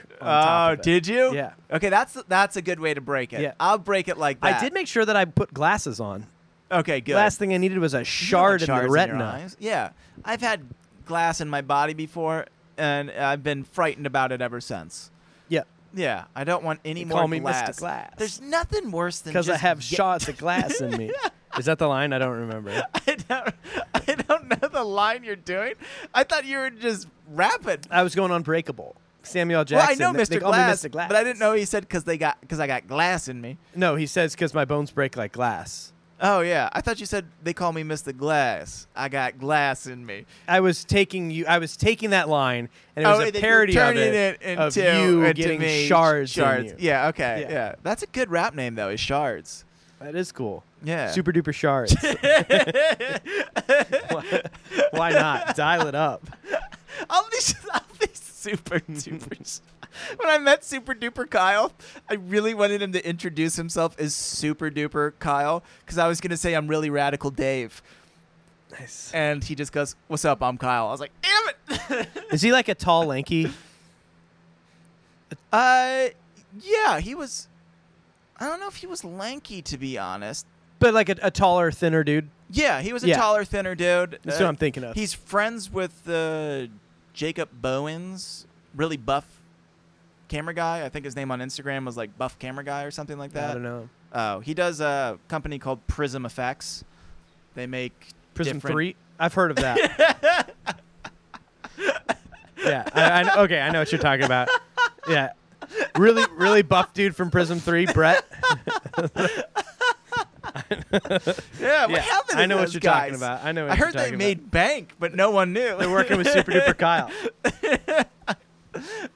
Oh,
of it.
did you?
Yeah.
Okay, that's that's a good way to break it.
Yeah.
I'll break it like that.
I did make sure that I put glasses on.
Okay, good.
Last thing I needed was a
You don't want
shard in
shards
the
your
retina.
eyes. Yeah, I've had glass in my body before, and I've been frightened about it ever since.
yeah,
Yeah, I don't want any
They
more
call me Mr.
glass.
Glass.
There's nothing worse than
because I
just
have
ye-
shards of glass in
[LAUGHS]
me. Is that the line? I don't remember.
I don't, I don't know the line you're doing. I thought you were just rapping.
I was going unbreakable. Samuel
well,
Oh,
I
Jackson.
know
they-
Mr.
They call
Glass,
me Mr. Glass,
but I didn't know he said because they got because I got glass in me.
No, he says because my bones break like glass.
Oh yeah, I thought you said they call me Mr. Glass. I got glass in me.
I was taking you. I was taking that line, and it was
oh,
a
that you were
parody of
turning
it,
into,
of you
into
getting
me,
shards. in
Shards.
you.
Yeah. Okay.
Yeah.
Yeah. That's a good rap name though. Is shards.
that is cool.
Yeah.
Super duper
[LAUGHS]
shards. why, why not dial it up?
All [LAUGHS] these, all these super duper. when I met Super Duper Kyle, I really wanted him to introduce himself as Super Duper Kyle because I was gonna say I'm really radical Dave,
Nice.
and he just goes, "What's up? I'm Kyle." I was like, "Damn it!" [LAUGHS]
Is he like a tall, lanky?
uh, yeah, he was. I don't know if he was lanky to be honest.
But like a, a taller, thinner dude.
Yeah, he was a
Yeah.
taller, thinner dude.
That's
Uh,
what I'm thinking of.
He's friends with uh, Jacob Bowens, really buff camera guy. I think his name on Instagram was like Buff Camera Guy or something like that.
I don't know.
Oh, he does a company called Prism Effects. They make
Prism
different-
Three. I've heard of that.
[LAUGHS]
yeah. I, I, okay, I know what you're talking about. Yeah. Really, really buff dude from Prism Three, Brett.
Yeah, [LAUGHS] what
Yeah,
happened?
I
to
know what
those
you're
guys?
talking about. I know. What
I
you're
heard they
talking
made bank, but no one knew.
About. They're working with Super
[LAUGHS]
Duper Kyle.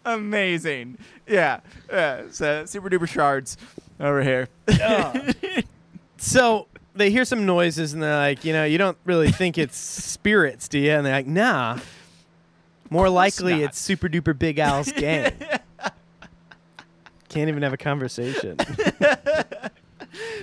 Amazing. Yeah. yeah. So super duper shards over here.
So they hear some noises and they're like, you know, you don't really think it's spirits, do you? And they're like, nah. More likely,
not.
it's Super Duper Big Al's
[LAUGHS]
gang. Can't even have a conversation.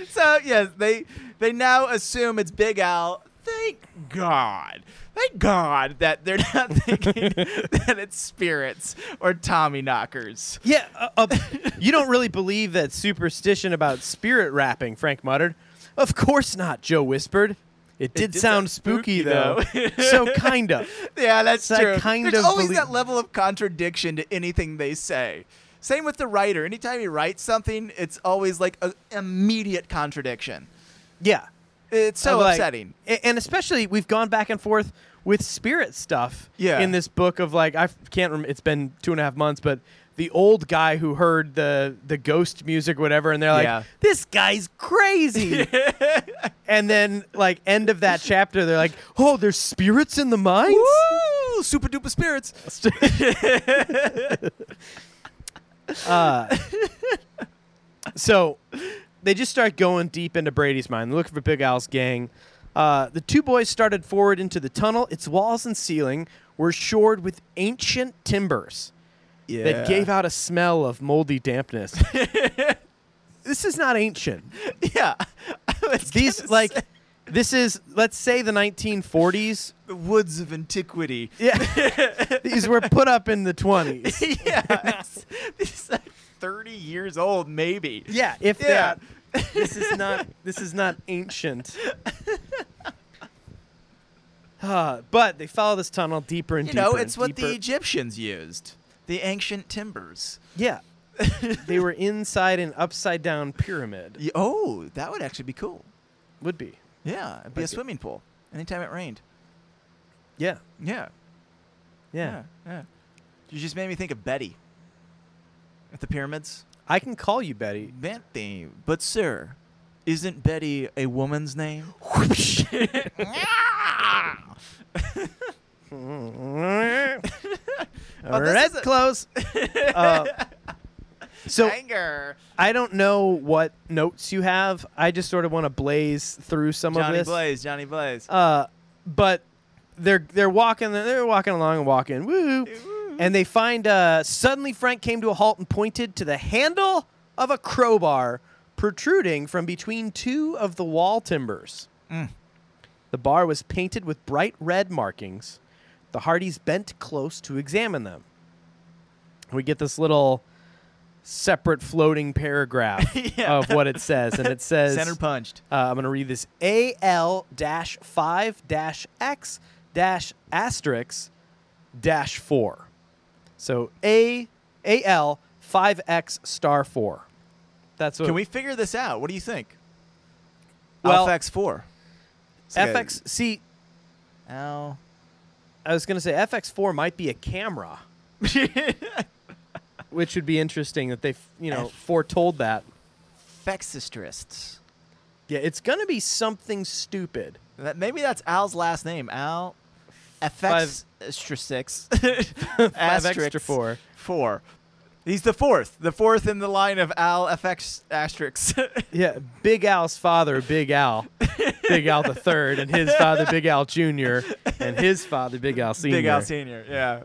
so yes, they they now assume it's Big Al. Thank God. Thank God that they're [LAUGHS]
[LAUGHS]
not thinking that it's spirits or Tommy knockers.
Yeah, uh, uh, you don't really believe that superstition about spirit rapping, Frank muttered. Of course not, Joe whispered. It did,
did
sound
sound
spooky,
spooky,
though. so kind of.
Yeah, that's
So I
true.
kind
There's
of
always
belie-
that level of contradiction to anything they say. Same with the writer. Anytime he writes something, it's always like an immediate contradiction.
Yeah.
It's so
Of, like-
upsetting.
a- And especially, we've gone back and forth with spirit stuff
Yeah.
in this book of like, I f- can't remember, it's been two and a half months, but the old guy who heard the, the ghost music, whatever, and they're like,
Yeah.
this guy's
[LAUGHS]
crazy. and then, like, end of that chapter, they're like, oh, there's spirits in the mines?
Woo! Super duper spirits.
Uh, so they just start going deep into Brady's mind, looking for Big Al's gang. Uh, the two boys started forward into the tunnel. Its walls and ceiling were shored with ancient timbers
Yeah.
that gave out a smell of moldy dampness. this is not ancient.
Yeah. I was
These
gonna
like
say,
this is let's say the 1940s.
the woods of antiquity.
Yeah, these were put up in the 20s.
[LAUGHS] yeah. it's- It's like 30 years old maybe.
Yeah, if
Yeah. [LAUGHS]
that. This is not this is not ancient. Uh, but they follow this tunnel deeper and
You
deeper.
know,
and
it's what the
deeper.
Egyptians used. The ancient timbers. [LAUGHS]
yeah. they were inside an upside down pyramid.
Y- Oh, that would actually be cool.
Would be.
Yeah, it'd be a
Like it.
swimming pool. Anytime it rained.
Yeah.
Yeah.
yeah.
Yeah. Yeah. You just made me think of Betty. At the pyramids.
I can call you Betty.
Betty, but sir, isn't Betty a woman's [LAUGHS] name? Oh, this
Red
is a- [LAUGHS]
clothes. Uh, so
Anger.
I don't know what notes you have. I just sort of want to blaze through some of
Johnny
this.
Blaze, Johnny Blaze.
Uh, but they're they're walking they're walking along and walking woo, and they find uh, suddenly Frank came to a halt and pointed to the handle of a crowbar protruding from between two of the wall timbers.
Mm.
The bar was painted with bright red markings. The Hardys bent close to examine them. We get this little separate floating paragraph
[LAUGHS] Yeah.
of what it says, and
[LAUGHS]
it says
Center punched.
uh, I'm going to read this AL 5 X asterisk dash 4. So A AL 5X star 4. That's what
Can we figure this out? What do you think?
Well-
FX4. It's like a-
FX see
Ow. [LAUGHS]
I was going to say FX4 might be a camera, which would be interesting that they, f- you know, foretold that.
Fexistrists.
Yeah, it's going to be something stupid.
That, maybe that's Al's last name. Al. FX extra [LAUGHS] six. Five
Five extra 4.
Four. He's the fourth. The fourth in the line of Al FX asterisks.
Yeah, Big Al's father, Big Al, Big Al the third, and his father, Big Al Junior, and his father, Big Al Senior.
[LAUGHS] Big Al Senior. Yeah.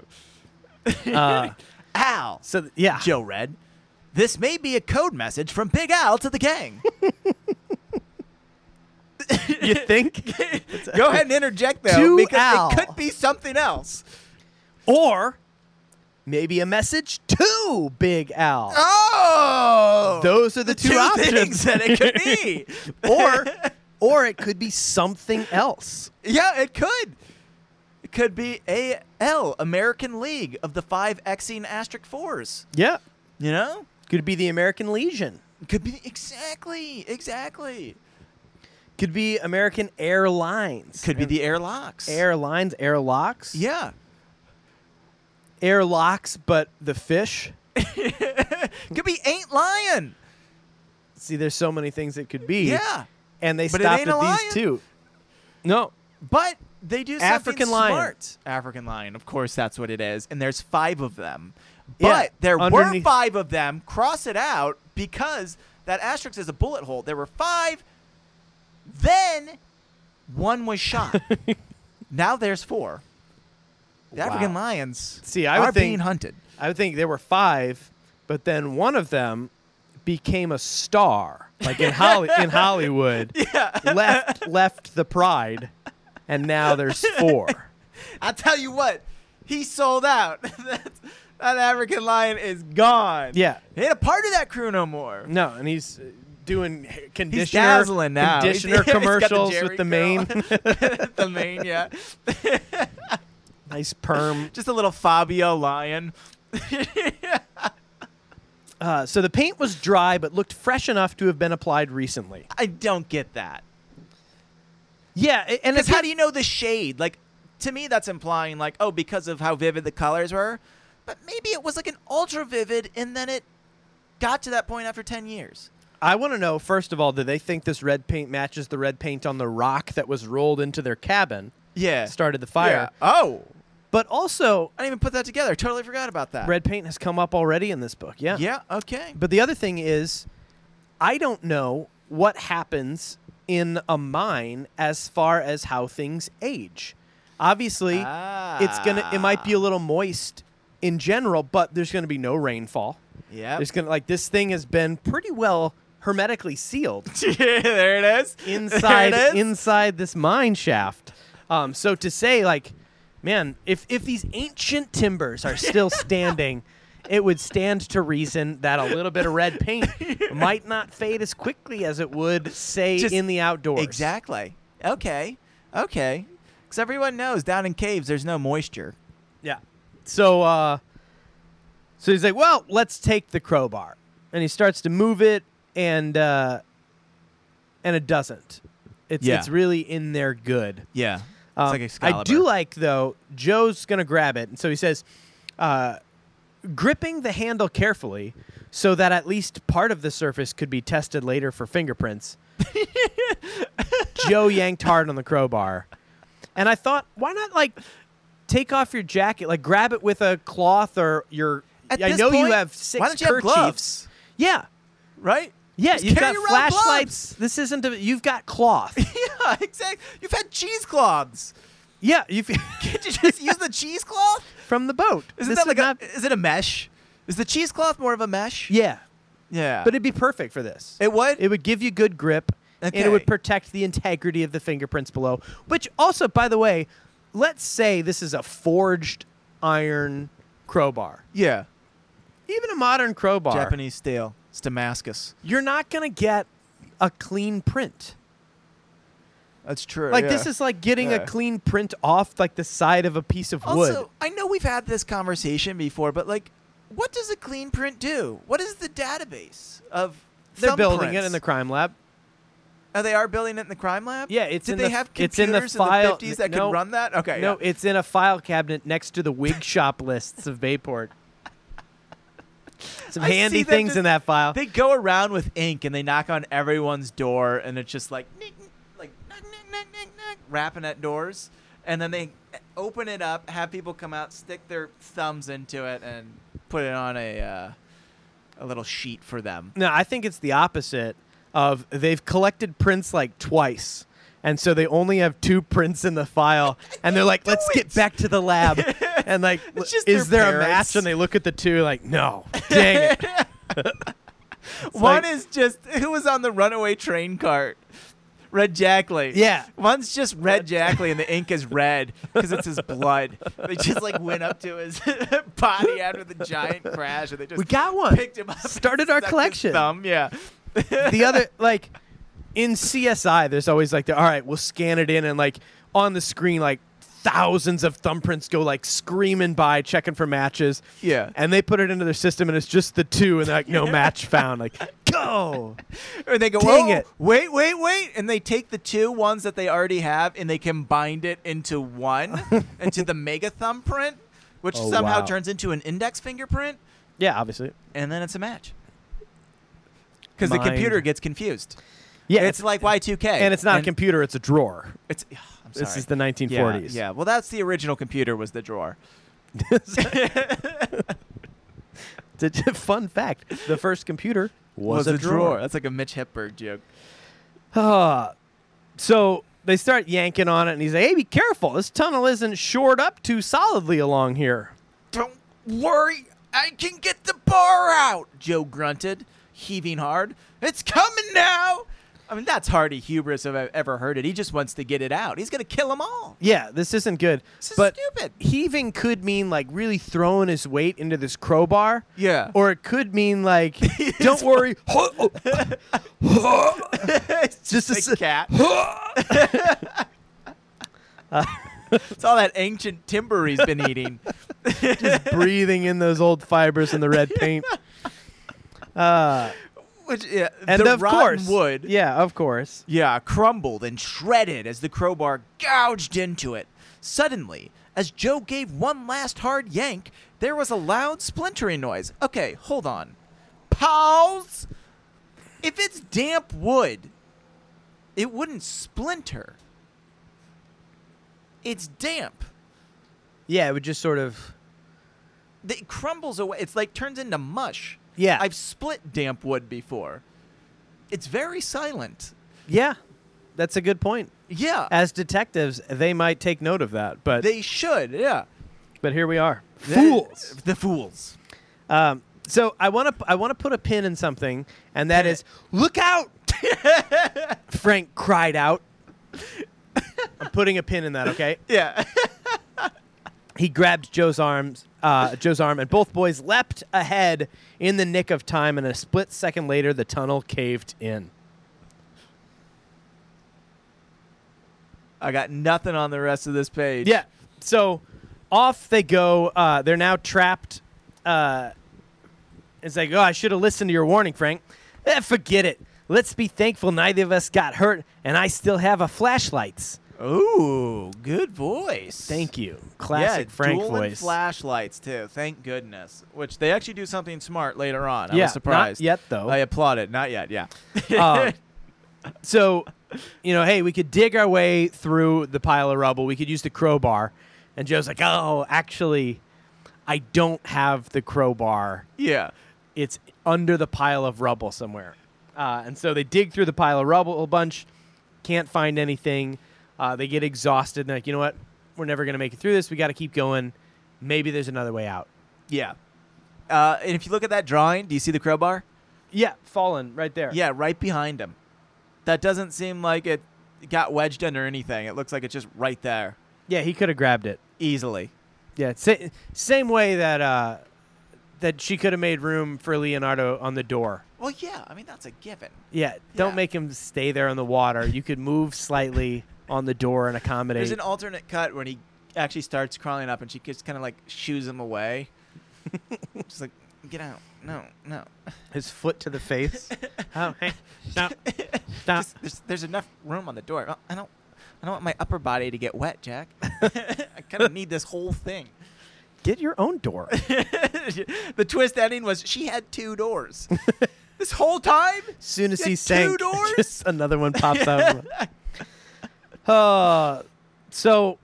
Uh,
Al.
so th- yeah,
Joe read. This may be a code message from Big Al to
[LAUGHS]
the gang.
you think?
Go ahead and interject though,
To
because
Al.
it could be something else.
[LAUGHS] or maybe a message to Big Al.
Oh,
Those are the, two,
things
options.
that it could be.
[LAUGHS] or, or it could be something else.
yeah, it could. It could be AL American League of the five Xing asterisk fours.
Yeah.
You know?
Could be the American Legion.
Could be exactly, exactly.
Could be American Airlines.
Could be the airlocks.
Airlines, airlocks.
Yeah.
Airlocks, but the fish.
Could be ain't lion.
See, there's so many things it could be.
Yeah.
And they
But it
stopped
ain't
at
a lion.
these two. No.
But they do something
African lion.
smart. African lion, of course, that's what it is. And there's five of them. But
Yeah,
there were
underneath-
five of them. Cross it out because that asterisk is a bullet hole. There were five. Then one was
[LAUGHS]
shot. now there's four. The African
Wow.
lions
See, I
are
would think-
being hunted.
I would think there were five, but then one of them became a star, like in
[LAUGHS]
Holly in Hollywood. Yeah. left left the Pride, and now
[LAUGHS]
there's four.
I tell you what, he sold out. [LAUGHS] that, that African lion is gone.
Yeah.
He ain't a part of that crew no [LAUGHS] more.
No, and he's uh, doing h- conditioner
dazzling now. He's-
conditioner
[LAUGHS] he's got the
commercials
Jerry
with the main [LAUGHS]
the main, yeah.
nice perm.
Just a little Fabio lion.
Uh, so the paint was dry, but looked fresh enough to have been applied recently.
I don't get that.
Yeah, a- and it's
Because how do you know the shade? Like, to me, that's implying, like, oh, because of how vivid the colors were. But maybe it was like an ultra vivid, and then it got to that point after 10 years.
I want to know first of all, do they think this red paint matches the red paint on the rock that was rolled into their cabin?
Yeah.
Started the fire.
Oh,
But also,
I didn't even put that together. Totally forgot about that.
red paint has come up already in this book. Yeah.
Yeah, okay.
But the other thing is, I don't know what happens in a mine as far as how things age. Obviously,
Ah.
it's gonna. It might be a little moist in general, but there's gonna be no rainfall.
Yeah.
There's gonna like this thing has been pretty well hermetically sealed
[LAUGHS] there it is.
inside
There it is.
inside this mine shaft. Um, so to say, like, man, if if these ancient timbers are
[LAUGHS]
still standing, it would stand to reason that a little bit of red
[LAUGHS]
paint might not fade as quickly as it would, say,
Just-
in the outdoors.
Exactly. Okay. Okay. Because everyone knows down in caves there's no moisture.
Yeah. So uh so he's like, "Well, let's take the crowbar." And he starts to move it and uh and it doesn't. It's
Yeah.
it's really in there good.
Yeah.
Um,
it's like
I do like though. Joe's gonna grab it, and so he says, uh, gripping the handle carefully, so that at least part of the surface could be tested later for
[LAUGHS]
fingerprints. Joe yanked hard on the crowbar, and I thought, why not like take off your jacket, like grab it with a cloth or your.
At
I
this
know you
point,
have six
why don't you have
kerchiefs.
gloves?
Yeah,
right? [LAUGHS]
yeah,
Just
you've
carry
got
around gloves.
flashlights. This isn't. A, you've got cloth.
[LAUGHS] Yeah, exactly. You've had cheesecloths.
yeah, you've [LAUGHS]
Can't you [LAUGHS] just use the cheesecloth?
from the boat.
Isn't
This
that
would not-
like a? Is it a mesh? Is the cheesecloth more of a mesh?
Yeah,
Yeah.
But it'd be perfect for this.
it would.
It would give you good grip, and
Okay.
it would protect the integrity of the fingerprints below. Which also, by the way, let's say this is a forged iron crowbar.
yeah.
Even a modern crowbar,
Japanese steel. It's Damascus.
you're not gonna get a clean print.
That's true.
Like
Oh, yeah.
this is like getting
Yeah.
a clean print off like the side of a piece of
Also,
wood.
I know we've had this conversation before, but like, what does a clean print do? What is the database of?
They're building it
thumbprints?
in the crime lab.
Oh, they are building it in the crime lab.
Yeah, it's
Did
in
they
the-
have computers
it's in the file-
fifties that
no.
can run that? Okay.
No,
yeah.
it's in a file cabinet next to the wig shop lists of
[LAUGHS]
Bayport. Some
I see
handy
that
things
this-
in that file.
[LAUGHS] they go around with ink and they knock on everyone's door, and it's just like, nick, nick, like knock, knock, knock, knock, knock, rapping at doors, and then they open it up, have people come out, stick their thumbs into it, and put it on a uh, a little sheet for them. [LAUGHS]
No, I think it's the opposite of they've collected prints like twice. And so they only have two prints in the file and they're like, "Let's
do
get
it."
back to the
[LAUGHS]
lab." and like,
It's just
"Is
their
there a
parents.
match?" And they look at the two like, "No." Dang
[LAUGHS]
it.
One
like-
is just who was on the runaway train cart. Red Jackley.
Yeah.
One's just Red Jackley, and the ink is red because it's his blood. They just like went up to his [LAUGHS] body after the giant crash, and they just
We got one.
picked him up. and
Started our
stuck his
collection.
Thumb, yeah.
the other like in CSI, there's always like the all right, we'll scan it in and like on the screen like thousands of thumbprints go like screaming by checking for matches.
Yeah.
And they put it into their system and it's just the two and they're like, no match found. Like, go.
Or they go,
Dang
oh,
it.
wait, wait, wait. And they take the two ones that they already have and they combine it into [LAUGHS] one, into the mega thumbprint, which
Oh,
somehow
wow.
turns into an index fingerprint,
Yeah, obviously.
and then it's a match. Because the
Mind.
computer gets confused.
Yeah.
it's, like Y2K.
and it's not a
And
computer, it's a drawer.
It's, ugh, I'm sorry.
This is the
Yeah,
1940s. [LAUGHS]
Yeah, [LAUGHS] well, that's the original computer was the drawer.
It's a fun fact. The first computer was, a, drawer.
That's like a Mitch Hepburn joke.
Ah. so they start yanking on it, and he's like, "Hey, be careful! This tunnel isn't shored up too solidly along here."
Don't worry, I can get the bar out, Joe grunted, heaving hard. It's coming now! I mean, that's hardy hubris if I've ever heard it. He just wants to get it out. He's going to kill them all.
Yeah, this isn't good.
This is
but
stupid.
heaving could mean like really throwing his weight into this crowbar.
Yeah.
Or it could mean
[LAUGHS]
like, don't worry. [LAUGHS]
it's
Just
just
a
a
s-
[LAUGHS] cat. it's all that ancient timber he's been eating.
Just [LAUGHS] breathing in those old fibers and the red paint. Uh,
[LAUGHS] Which, yeah,
and
the
of
rotten
course,
wood.
Yeah, of course.
Yeah, crumbled and shredded as the crowbar gouged into it. Suddenly, as Joe gave one last hard yank, there was a loud splintering noise. Okay, hold on. Pause! If it's damp wood, it wouldn't splinter. It's damp.
Yeah, it would just sort of.
It crumbles away. It's like turns into mush.
Yeah.
I've split damp wood before. It's very silent.
Yeah, that's a good point.
Yeah.
As detectives, they might take note of that, but
they should, yeah.
but here we are,
They-
fools.
The fools.
Um, so I want to I want to put a pin in something, and that is look out! Frank cried out. I'm putting a pin in that. Okay.
Yeah.
[LAUGHS] He grabbed Joe's arms, uh, Joe's arm, and both boys leapt ahead in the nick of time. And a split second later, the tunnel caved in.
I got nothing on the rest of this page.
Yeah. So off they go. Uh, they're now trapped. Uh, it's like, oh, I should have listened to your warning, Frank. Eh, forget it. Let's be thankful neither of us got hurt, and I still have a flashlights.
Ooh, good voice.
Thank you, classic
yeah,
Frank
dual And
voice.
flashlights too. Thank goodness. Which they actually do something smart later on. I
Yeah,
was surprised.
not yet, though. [LAUGHS]
I applaud it. Not yet. Yeah.
Uh, so, you know, hey, we could dig our way through the pile of rubble. We could use the crowbar. And Joe's like, oh, actually, I don't have the crowbar.
yeah.
it's under the pile of rubble somewhere. Uh, and so they dig through the pile of rubble a bunch, can't find anything. Uh, they get exhausted. And they're like, you know what? We're never going to make it through this. We got to keep going. Maybe there's another way out.
Yeah. Uh, and if you look at that drawing, do you see the crowbar?
Yeah, fallen right there.
Yeah, right behind him. That doesn't seem like it got wedged under anything. It looks like it's just right there,
yeah, he could have grabbed it.
easily.
Yeah, sa- same way that uh, that she could have made room for Leonardo on the door.
Well, yeah. I mean, that's a given.
Yeah, don't
Yeah.
make him stay there in the water. You could move slightly on the door and accommodate.
There's an alternate cut when he actually starts crawling up and she just kind of like shoos
[LAUGHS]
him away. She's like, get out. No, no.
his foot to the
[LAUGHS]
face. oh, hey, stop, stop.
Just- there's, there's enough room on the door. I- I don't. I don't want my upper body to get wet, Jack. [LAUGHS] I
[LAUGHS]
kind of need this whole thing.
Get your own door.
the twist ending was she had two doors. [LAUGHS] this whole time,
[LAUGHS] soon as
You
he [LAUGHS]
had two
sank,
doors?
just another one pops out. [LAUGHS] uh, so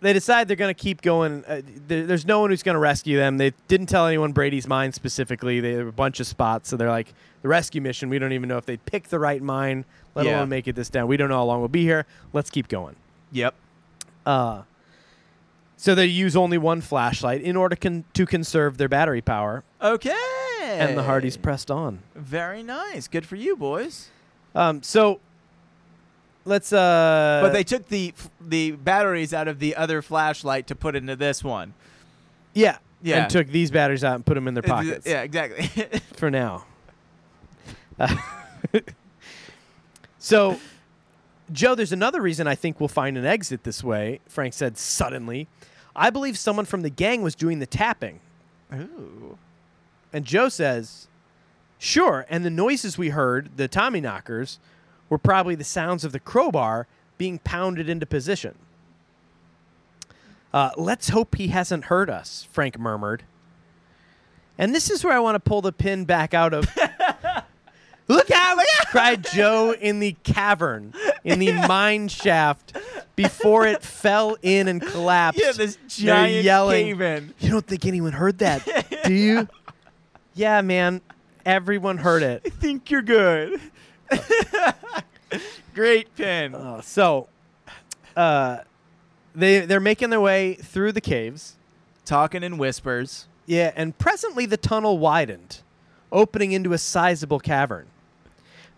they decide they're going to keep going. Uh, there, there's no one who's going to rescue them. They didn't tell anyone Brady's mine specifically. They have a bunch of spots, so they're like the rescue mission. We don't even know if they picked the right mine, let
Yeah.
alone make it this down. We don't know how long we'll be here. Let's keep going.
Yep.
Uh, so they use only one flashlight in order con- to conserve their battery power,
Okay.
and the Hardys pressed on.
Very nice. Good for you, boys.
Um, so let's. Uh,
but they took the f- the batteries out of the other flashlight to put into this one.
yeah
Yeah.
and took these batteries out and put them in their
Uh,
pockets
Yeah, exactly. [LAUGHS]
for now. Uh, [LAUGHS] so Joe, there's another reason I think we'll find an exit this way, Frank said suddenly. I believe someone from the gang was doing the tapping.
Ooh.
And Joe says, Sure, and the noises we heard, the Tommy knockers, were probably the sounds of the crowbar being pounded into position. Uh, let's hope he hasn't heard us, Frank murmured. And this is where I want to pull the pin back out
[LAUGHS]
of. Look out! cried Joe in the cavern, in
[LAUGHS]
the mine shaft, before it fell in and collapsed.
Yeah, this
They're
giant
yelling.
cave-in.
You don't think anyone heard that, do you? Yeah, man. Everyone heard
[LAUGHS]
it.
Think you're
[LAUGHS]
good. Great pin.
Uh, so, uh, they they're making their way through the caves.
Talking in whispers.
Yeah, and presently the tunnel widened, opening into a sizable cavern.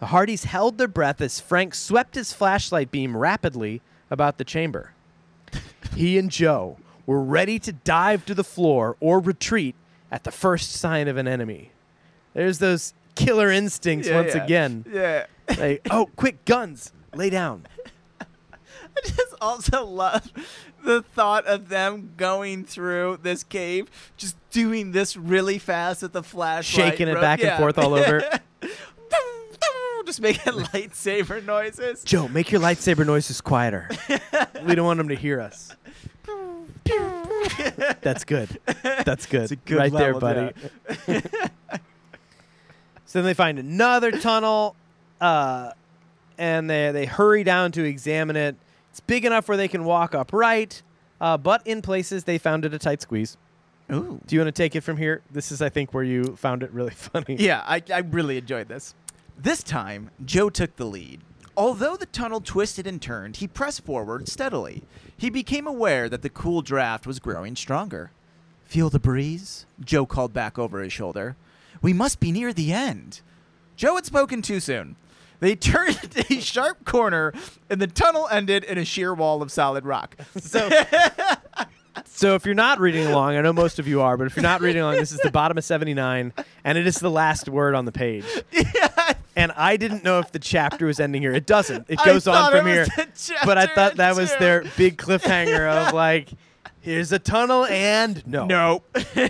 The Hardys held their breath as Frank swept his flashlight beam rapidly about the chamber. He and Joe were ready to dive to the floor or retreat at the first sign of an enemy. There's those killer instincts once again.
Yeah.
Like, oh, quick, guns, lay down.
I [LAUGHS] just also love the thought of them going through this cave, just doing this really fast with the flashlight,
Shaking it
bro.
back and
Yeah.
forth all
[LAUGHS]
over.
just making [LAUGHS] lightsaber noises.
Joe, make your lightsaber noises quieter. we don't want them to hear us. That's good. That's good.
a good
right
level,
there, buddy. [LAUGHS] so then they find another tunnel, uh, and they they hurry down to examine it. It's big enough where they can walk upright, uh, but in places they found it a tight squeeze.
Ooh.
Do you want to take it from here? This is, I think, where you found it really [LAUGHS] funny.
Yeah, I, I really enjoyed this. This time, Joe took the lead. Although the tunnel twisted and turned, he pressed forward steadily. He became aware that the cool draft was growing stronger. Feel the breeze? Joe called back over his shoulder. We must be near the end. Joe had spoken too soon. They [LAUGHS] turned a sharp corner, and the tunnel ended in a sheer wall of solid rock.
So, so if you're not reading along, I know most of you are, but if you're not reading along, this is the bottom of 79, and it is the last word on the page. And I didn't know if the chapter was ending here. It doesn't. It
I
goes on
thought
from
it
here.
was the
But I
chapter
thought that was
too.
their big cliffhanger
[LAUGHS]
of like, here's a tunnel and no.
No. [LAUGHS]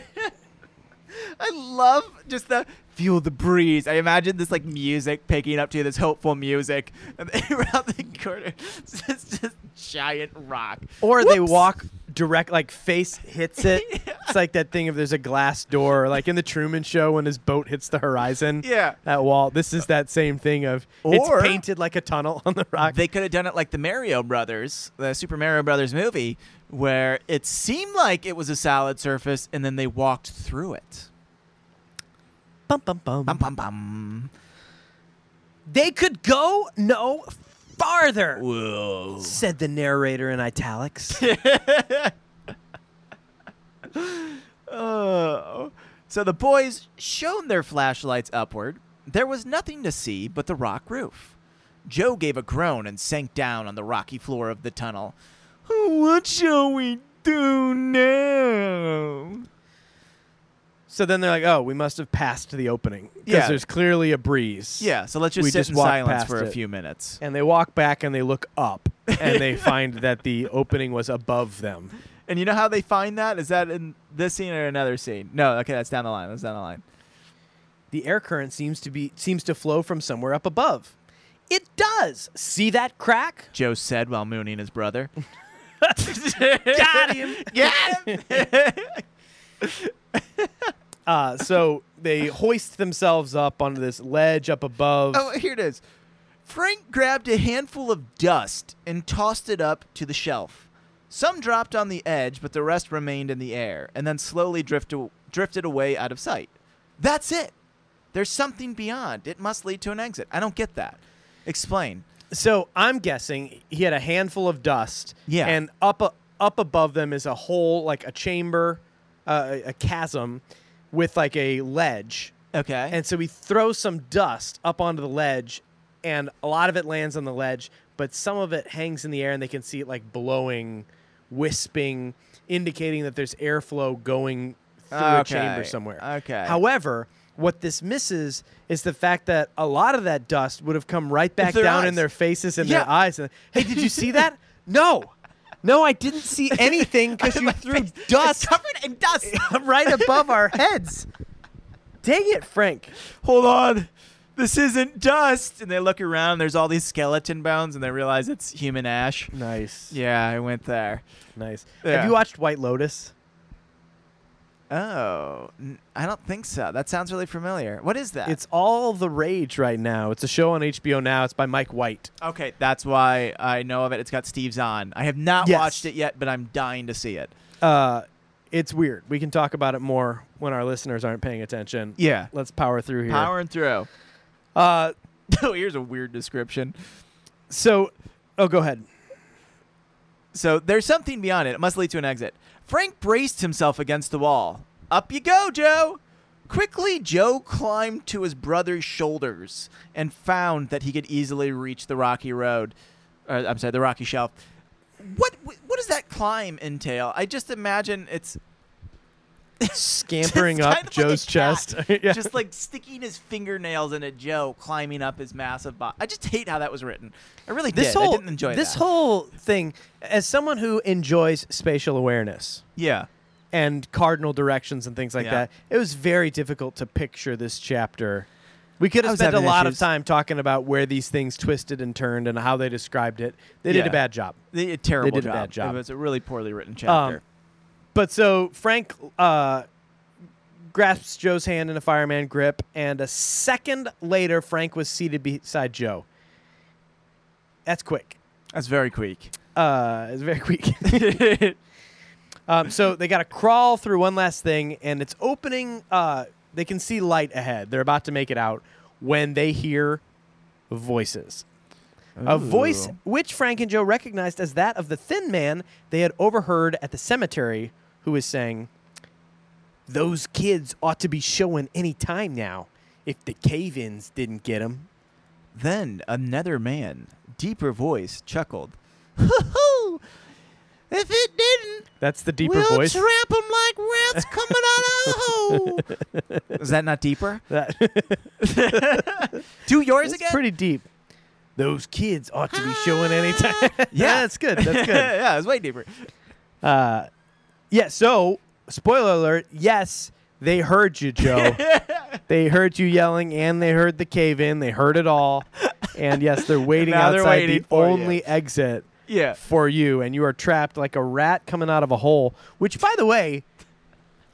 I love just the feel the breeze. I imagine this like music picking up to this hopeful music [LAUGHS] and then around the corner. [LAUGHS] It's just, just giant rock.
Or they
Whoops.
walk direct, like face hits
[LAUGHS]
it. It's like that thing of there's a glass door, like in the Truman Show when his boat hits the horizon.
Yeah.
That wall. This is that same thing of
Or-
it's painted like a tunnel on the rock.
Uh, They could have done it like the Mario Brothers, the Super Mario Brothers movie, where it seemed like it was a solid surface and then they walked through it.
Bum, bum, bum.
Bum bum bum.
They could go no farther,
Whoa.
said the narrator in italics.
Oh. So the boys shone their flashlights upward. There was nothing to see but the rock roof. Joe gave a groan and sank down on the rocky floor of the tunnel. What shall we do now?
[LAUGHS] so then they're like, "Oh, we must have passed the opening because
Yeah.
there's clearly a breeze."
Yeah, so let's just
We
sit
just
in
walked
silence
past
for a
it.
few minutes.
And they walk back and they look up and [LAUGHS] they find that the opening was above them.
And you know how they find that? Is that in this scene or another scene? No, okay, that's down the line. That's down the line.
The air current seems to be seems to flow from somewhere up above. It does. See that crack?
Joe said while mooning his brother.
[LAUGHS] Got him.
Got him!
[LAUGHS] Uh, so they hoist themselves up onto this ledge up above.
Oh, here it is. Frank grabbed a handful of dust and tossed it up to the shelf. Some dropped on the edge, but the rest remained in the air and then slowly drift drifted away out of sight. That's it. There's something beyond. It must lead to an exit. I don't get that. Explain.
So I'm guessing he had a handful of dust.
Yeah.
And up a, up above them is a hole, like a chamber, uh, a chasm, with like a ledge.
Okay.
And so he throws some dust up onto the ledge, and a lot of it lands on the ledge, but some of it hangs in the air, and they can see it like blowing, wisping, indicating that there's airflow going through a chamber
Okay,
somewhere.
okay.
However, What this misses is the fact that a lot of that dust would have come right back
their
down
eyes.
in their faces and
Yeah.
their eyes. And hey, did you see
[LAUGHS]
that? No, no, I didn't see anything because you threw
[LAUGHS] It's
dust
covered in dust.
right above our heads. Dang it, Frank!
Hold on. This isn't dust. And they look around. There's all these skeleton bones, and they realize it's human ash.
Nice,
Yeah, I went there.
nice.
Yeah.
Have you watched White Lotus?
Oh, n- I don't think so. That sounds really familiar. What is that?
It's all the rage right now. It's a show on HBO now. It's by Mike White.
okay. That's why I know of it. It's got Steve's on. I have not
Yes.
watched it yet, but I'm dying to see it.
Uh, it's weird. We can talk about it more when our listeners aren't paying attention.
Yeah.
Let's power through here.
Powering through.
Uh,
[LAUGHS] oh, here's a weird description.
so, oh, go ahead.
So there's something beyond it. It must lead to an exit. Frank braced himself against the wall. Up you go, Joe! Quickly, Joe climbed to his brother's shoulders and found that he could easily reach the rocky road. Or, I'm sorry, the rocky shelf. What what does that climb entail? I just imagine it's
Scampering
just
up
kind of like a
Joe's chest. [LAUGHS]
cat,
Yeah.
just like sticking his fingernails into Joe, climbing up his massive body. I just hate how that was written. I really
this
did.
whole
I didn't enjoy
this
that.
whole thing, as someone who enjoys spatial awareness
yeah.
and cardinal directions and things like
Yeah.
that, it was very difficult to picture this chapter. We could
I
have
was
spent a
having
lot
issues.
of time talking about where these things twisted and turned and how they described it. They did
Yeah.
a bad job.
They did a terrible
did a
job.
bad job.
It was a really poorly written chapter.
Um, But so Frank uh, grasps Joe's hand in a fireman grip, and a second later, Frank was seated beside Joe. That's quick.
That's very quick.
Uh, it's very quick. [LAUGHS]
[LAUGHS]
um, so they got to crawl through one last thing, and it's opening. Uh, they can see light ahead. They're about to make it out when they hear voices. A voice which Frank and Joe recognized as that of the thin man they had overheard at the cemetery, who was saying, Those kids ought to be showing any time now if the cave ins didn't get them.
Then another man, deeper voice, chuckled. Hoo-hoo! If it didn't,
That's the deeper
we'll
voice.
trap 'em like rats coming
[LAUGHS]
out of a hole. Is that not deeper?
That-
[LAUGHS] Do yours
it's
again.
pretty deep. Those kids ought to be showing any time.
[LAUGHS]
[LAUGHS]
Yeah.
that's good. That's good.
[LAUGHS] yeah, it's way deeper.
Uh, yeah, so, spoiler alert, yes, they heard you,
[LAUGHS]
Joe. they heard you yelling and they heard the cave in. They heard it all. And yes,
[LAUGHS]
they're waiting
Now they're
outside
waiting
the
for you.
only exit
Yeah.
for you. And you are trapped like a rat coming out of a hole, which, by the way,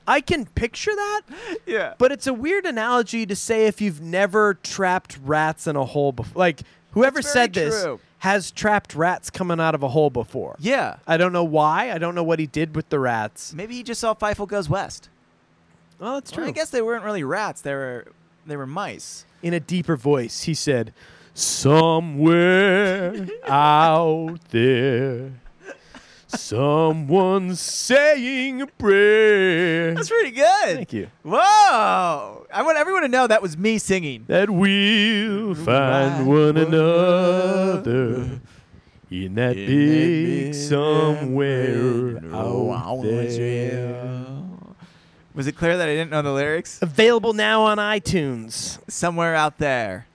I can picture that,
Yeah.
but it's a weird analogy to say if you've never trapped rats in a hole before. Like, whoever
That's very
said this
true.
has trapped rats coming out of a hole before.
yeah.
I don't know why. I don't know what he did with the rats.
Maybe he just saw Feifel Goes West.
Well, that's
Well, I guess they weren't really rats. They were they were mice.
In a deeper voice, he said,
[LAUGHS]
Somewhere out there, someone's saying a prayer.
That's pretty good.
Thank you.
Whoa! I want everyone to know that was me singing.
That we'll find one another in that big somewhere
Oh,
Oh, out there.
Was it clear that I didn't know
[LAUGHS]
the lyrics?
Available now on iTunes.
Somewhere out there.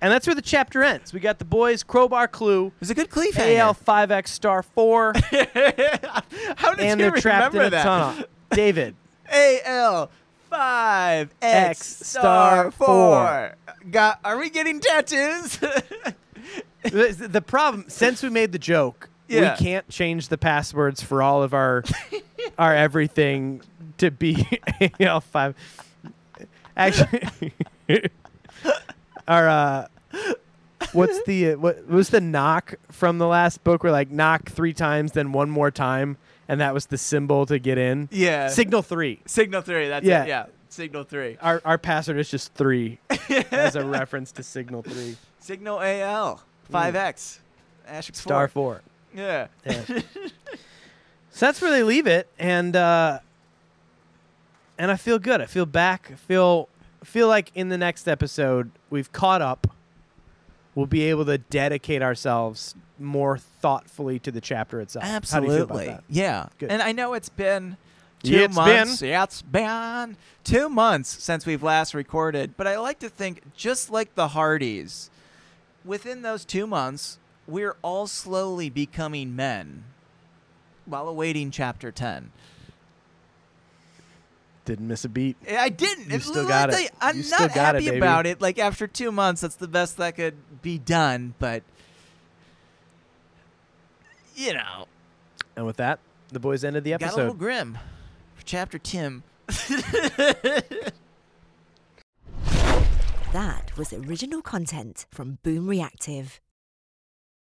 And that's where the chapter ends. We got the boys, Crowbar Clue,
It was a good cliffhanger.
AL5X Star [LAUGHS] 4,
[LAUGHS] How did
and
you
they're trapped in
remember
a
that?
tunnel. David,
AL five X
X star
star four. Got? Are we getting tattoos?
the, the problem, since we made the joke,
Yeah.
we can't change the passwords for all of
[LAUGHS]
our our everything to be [LAUGHS] AL5. Actually, [LAUGHS] our, uh, what's the, uh, what was the knock from the last book? We're like, knock three times, then one more time, and that was the symbol to get in.
[LAUGHS] yeah.
Signal three.
Signal three. That's
Yeah.
it. Yeah. Signal three.
Our, our password is just
[LAUGHS]
three as a reference to signal three.
Signal AL five X. Ash
Star four.
Yeah.
So that's where they leave it, and uh, and I feel good. I feel back. I feel feel like in the next episode we've caught up. We'll be able to dedicate ourselves more thoughtfully to the chapter itself. How do you feel about
Absolutely.
that?
Yeah.
Good.
And I know it's been
Yeah, it's
months. Yeah, it's been two months since we've last recorded. But I like to think, just like the Hardys, within those two months, we're all slowly becoming men while awaiting chapter 10.
Didn't miss a beat.
Eh, I didn't.
You
It-
still
let
got
me tell
it.
you, I'm
You
not
still got it,
happy
baby.
about it. Like, after two months, that's the best that could be done. But, you know,
And with that, the boys ended the
got a little
episode.
grim for chapter [LAUGHS] 10.
That was original content from Boom Reactive.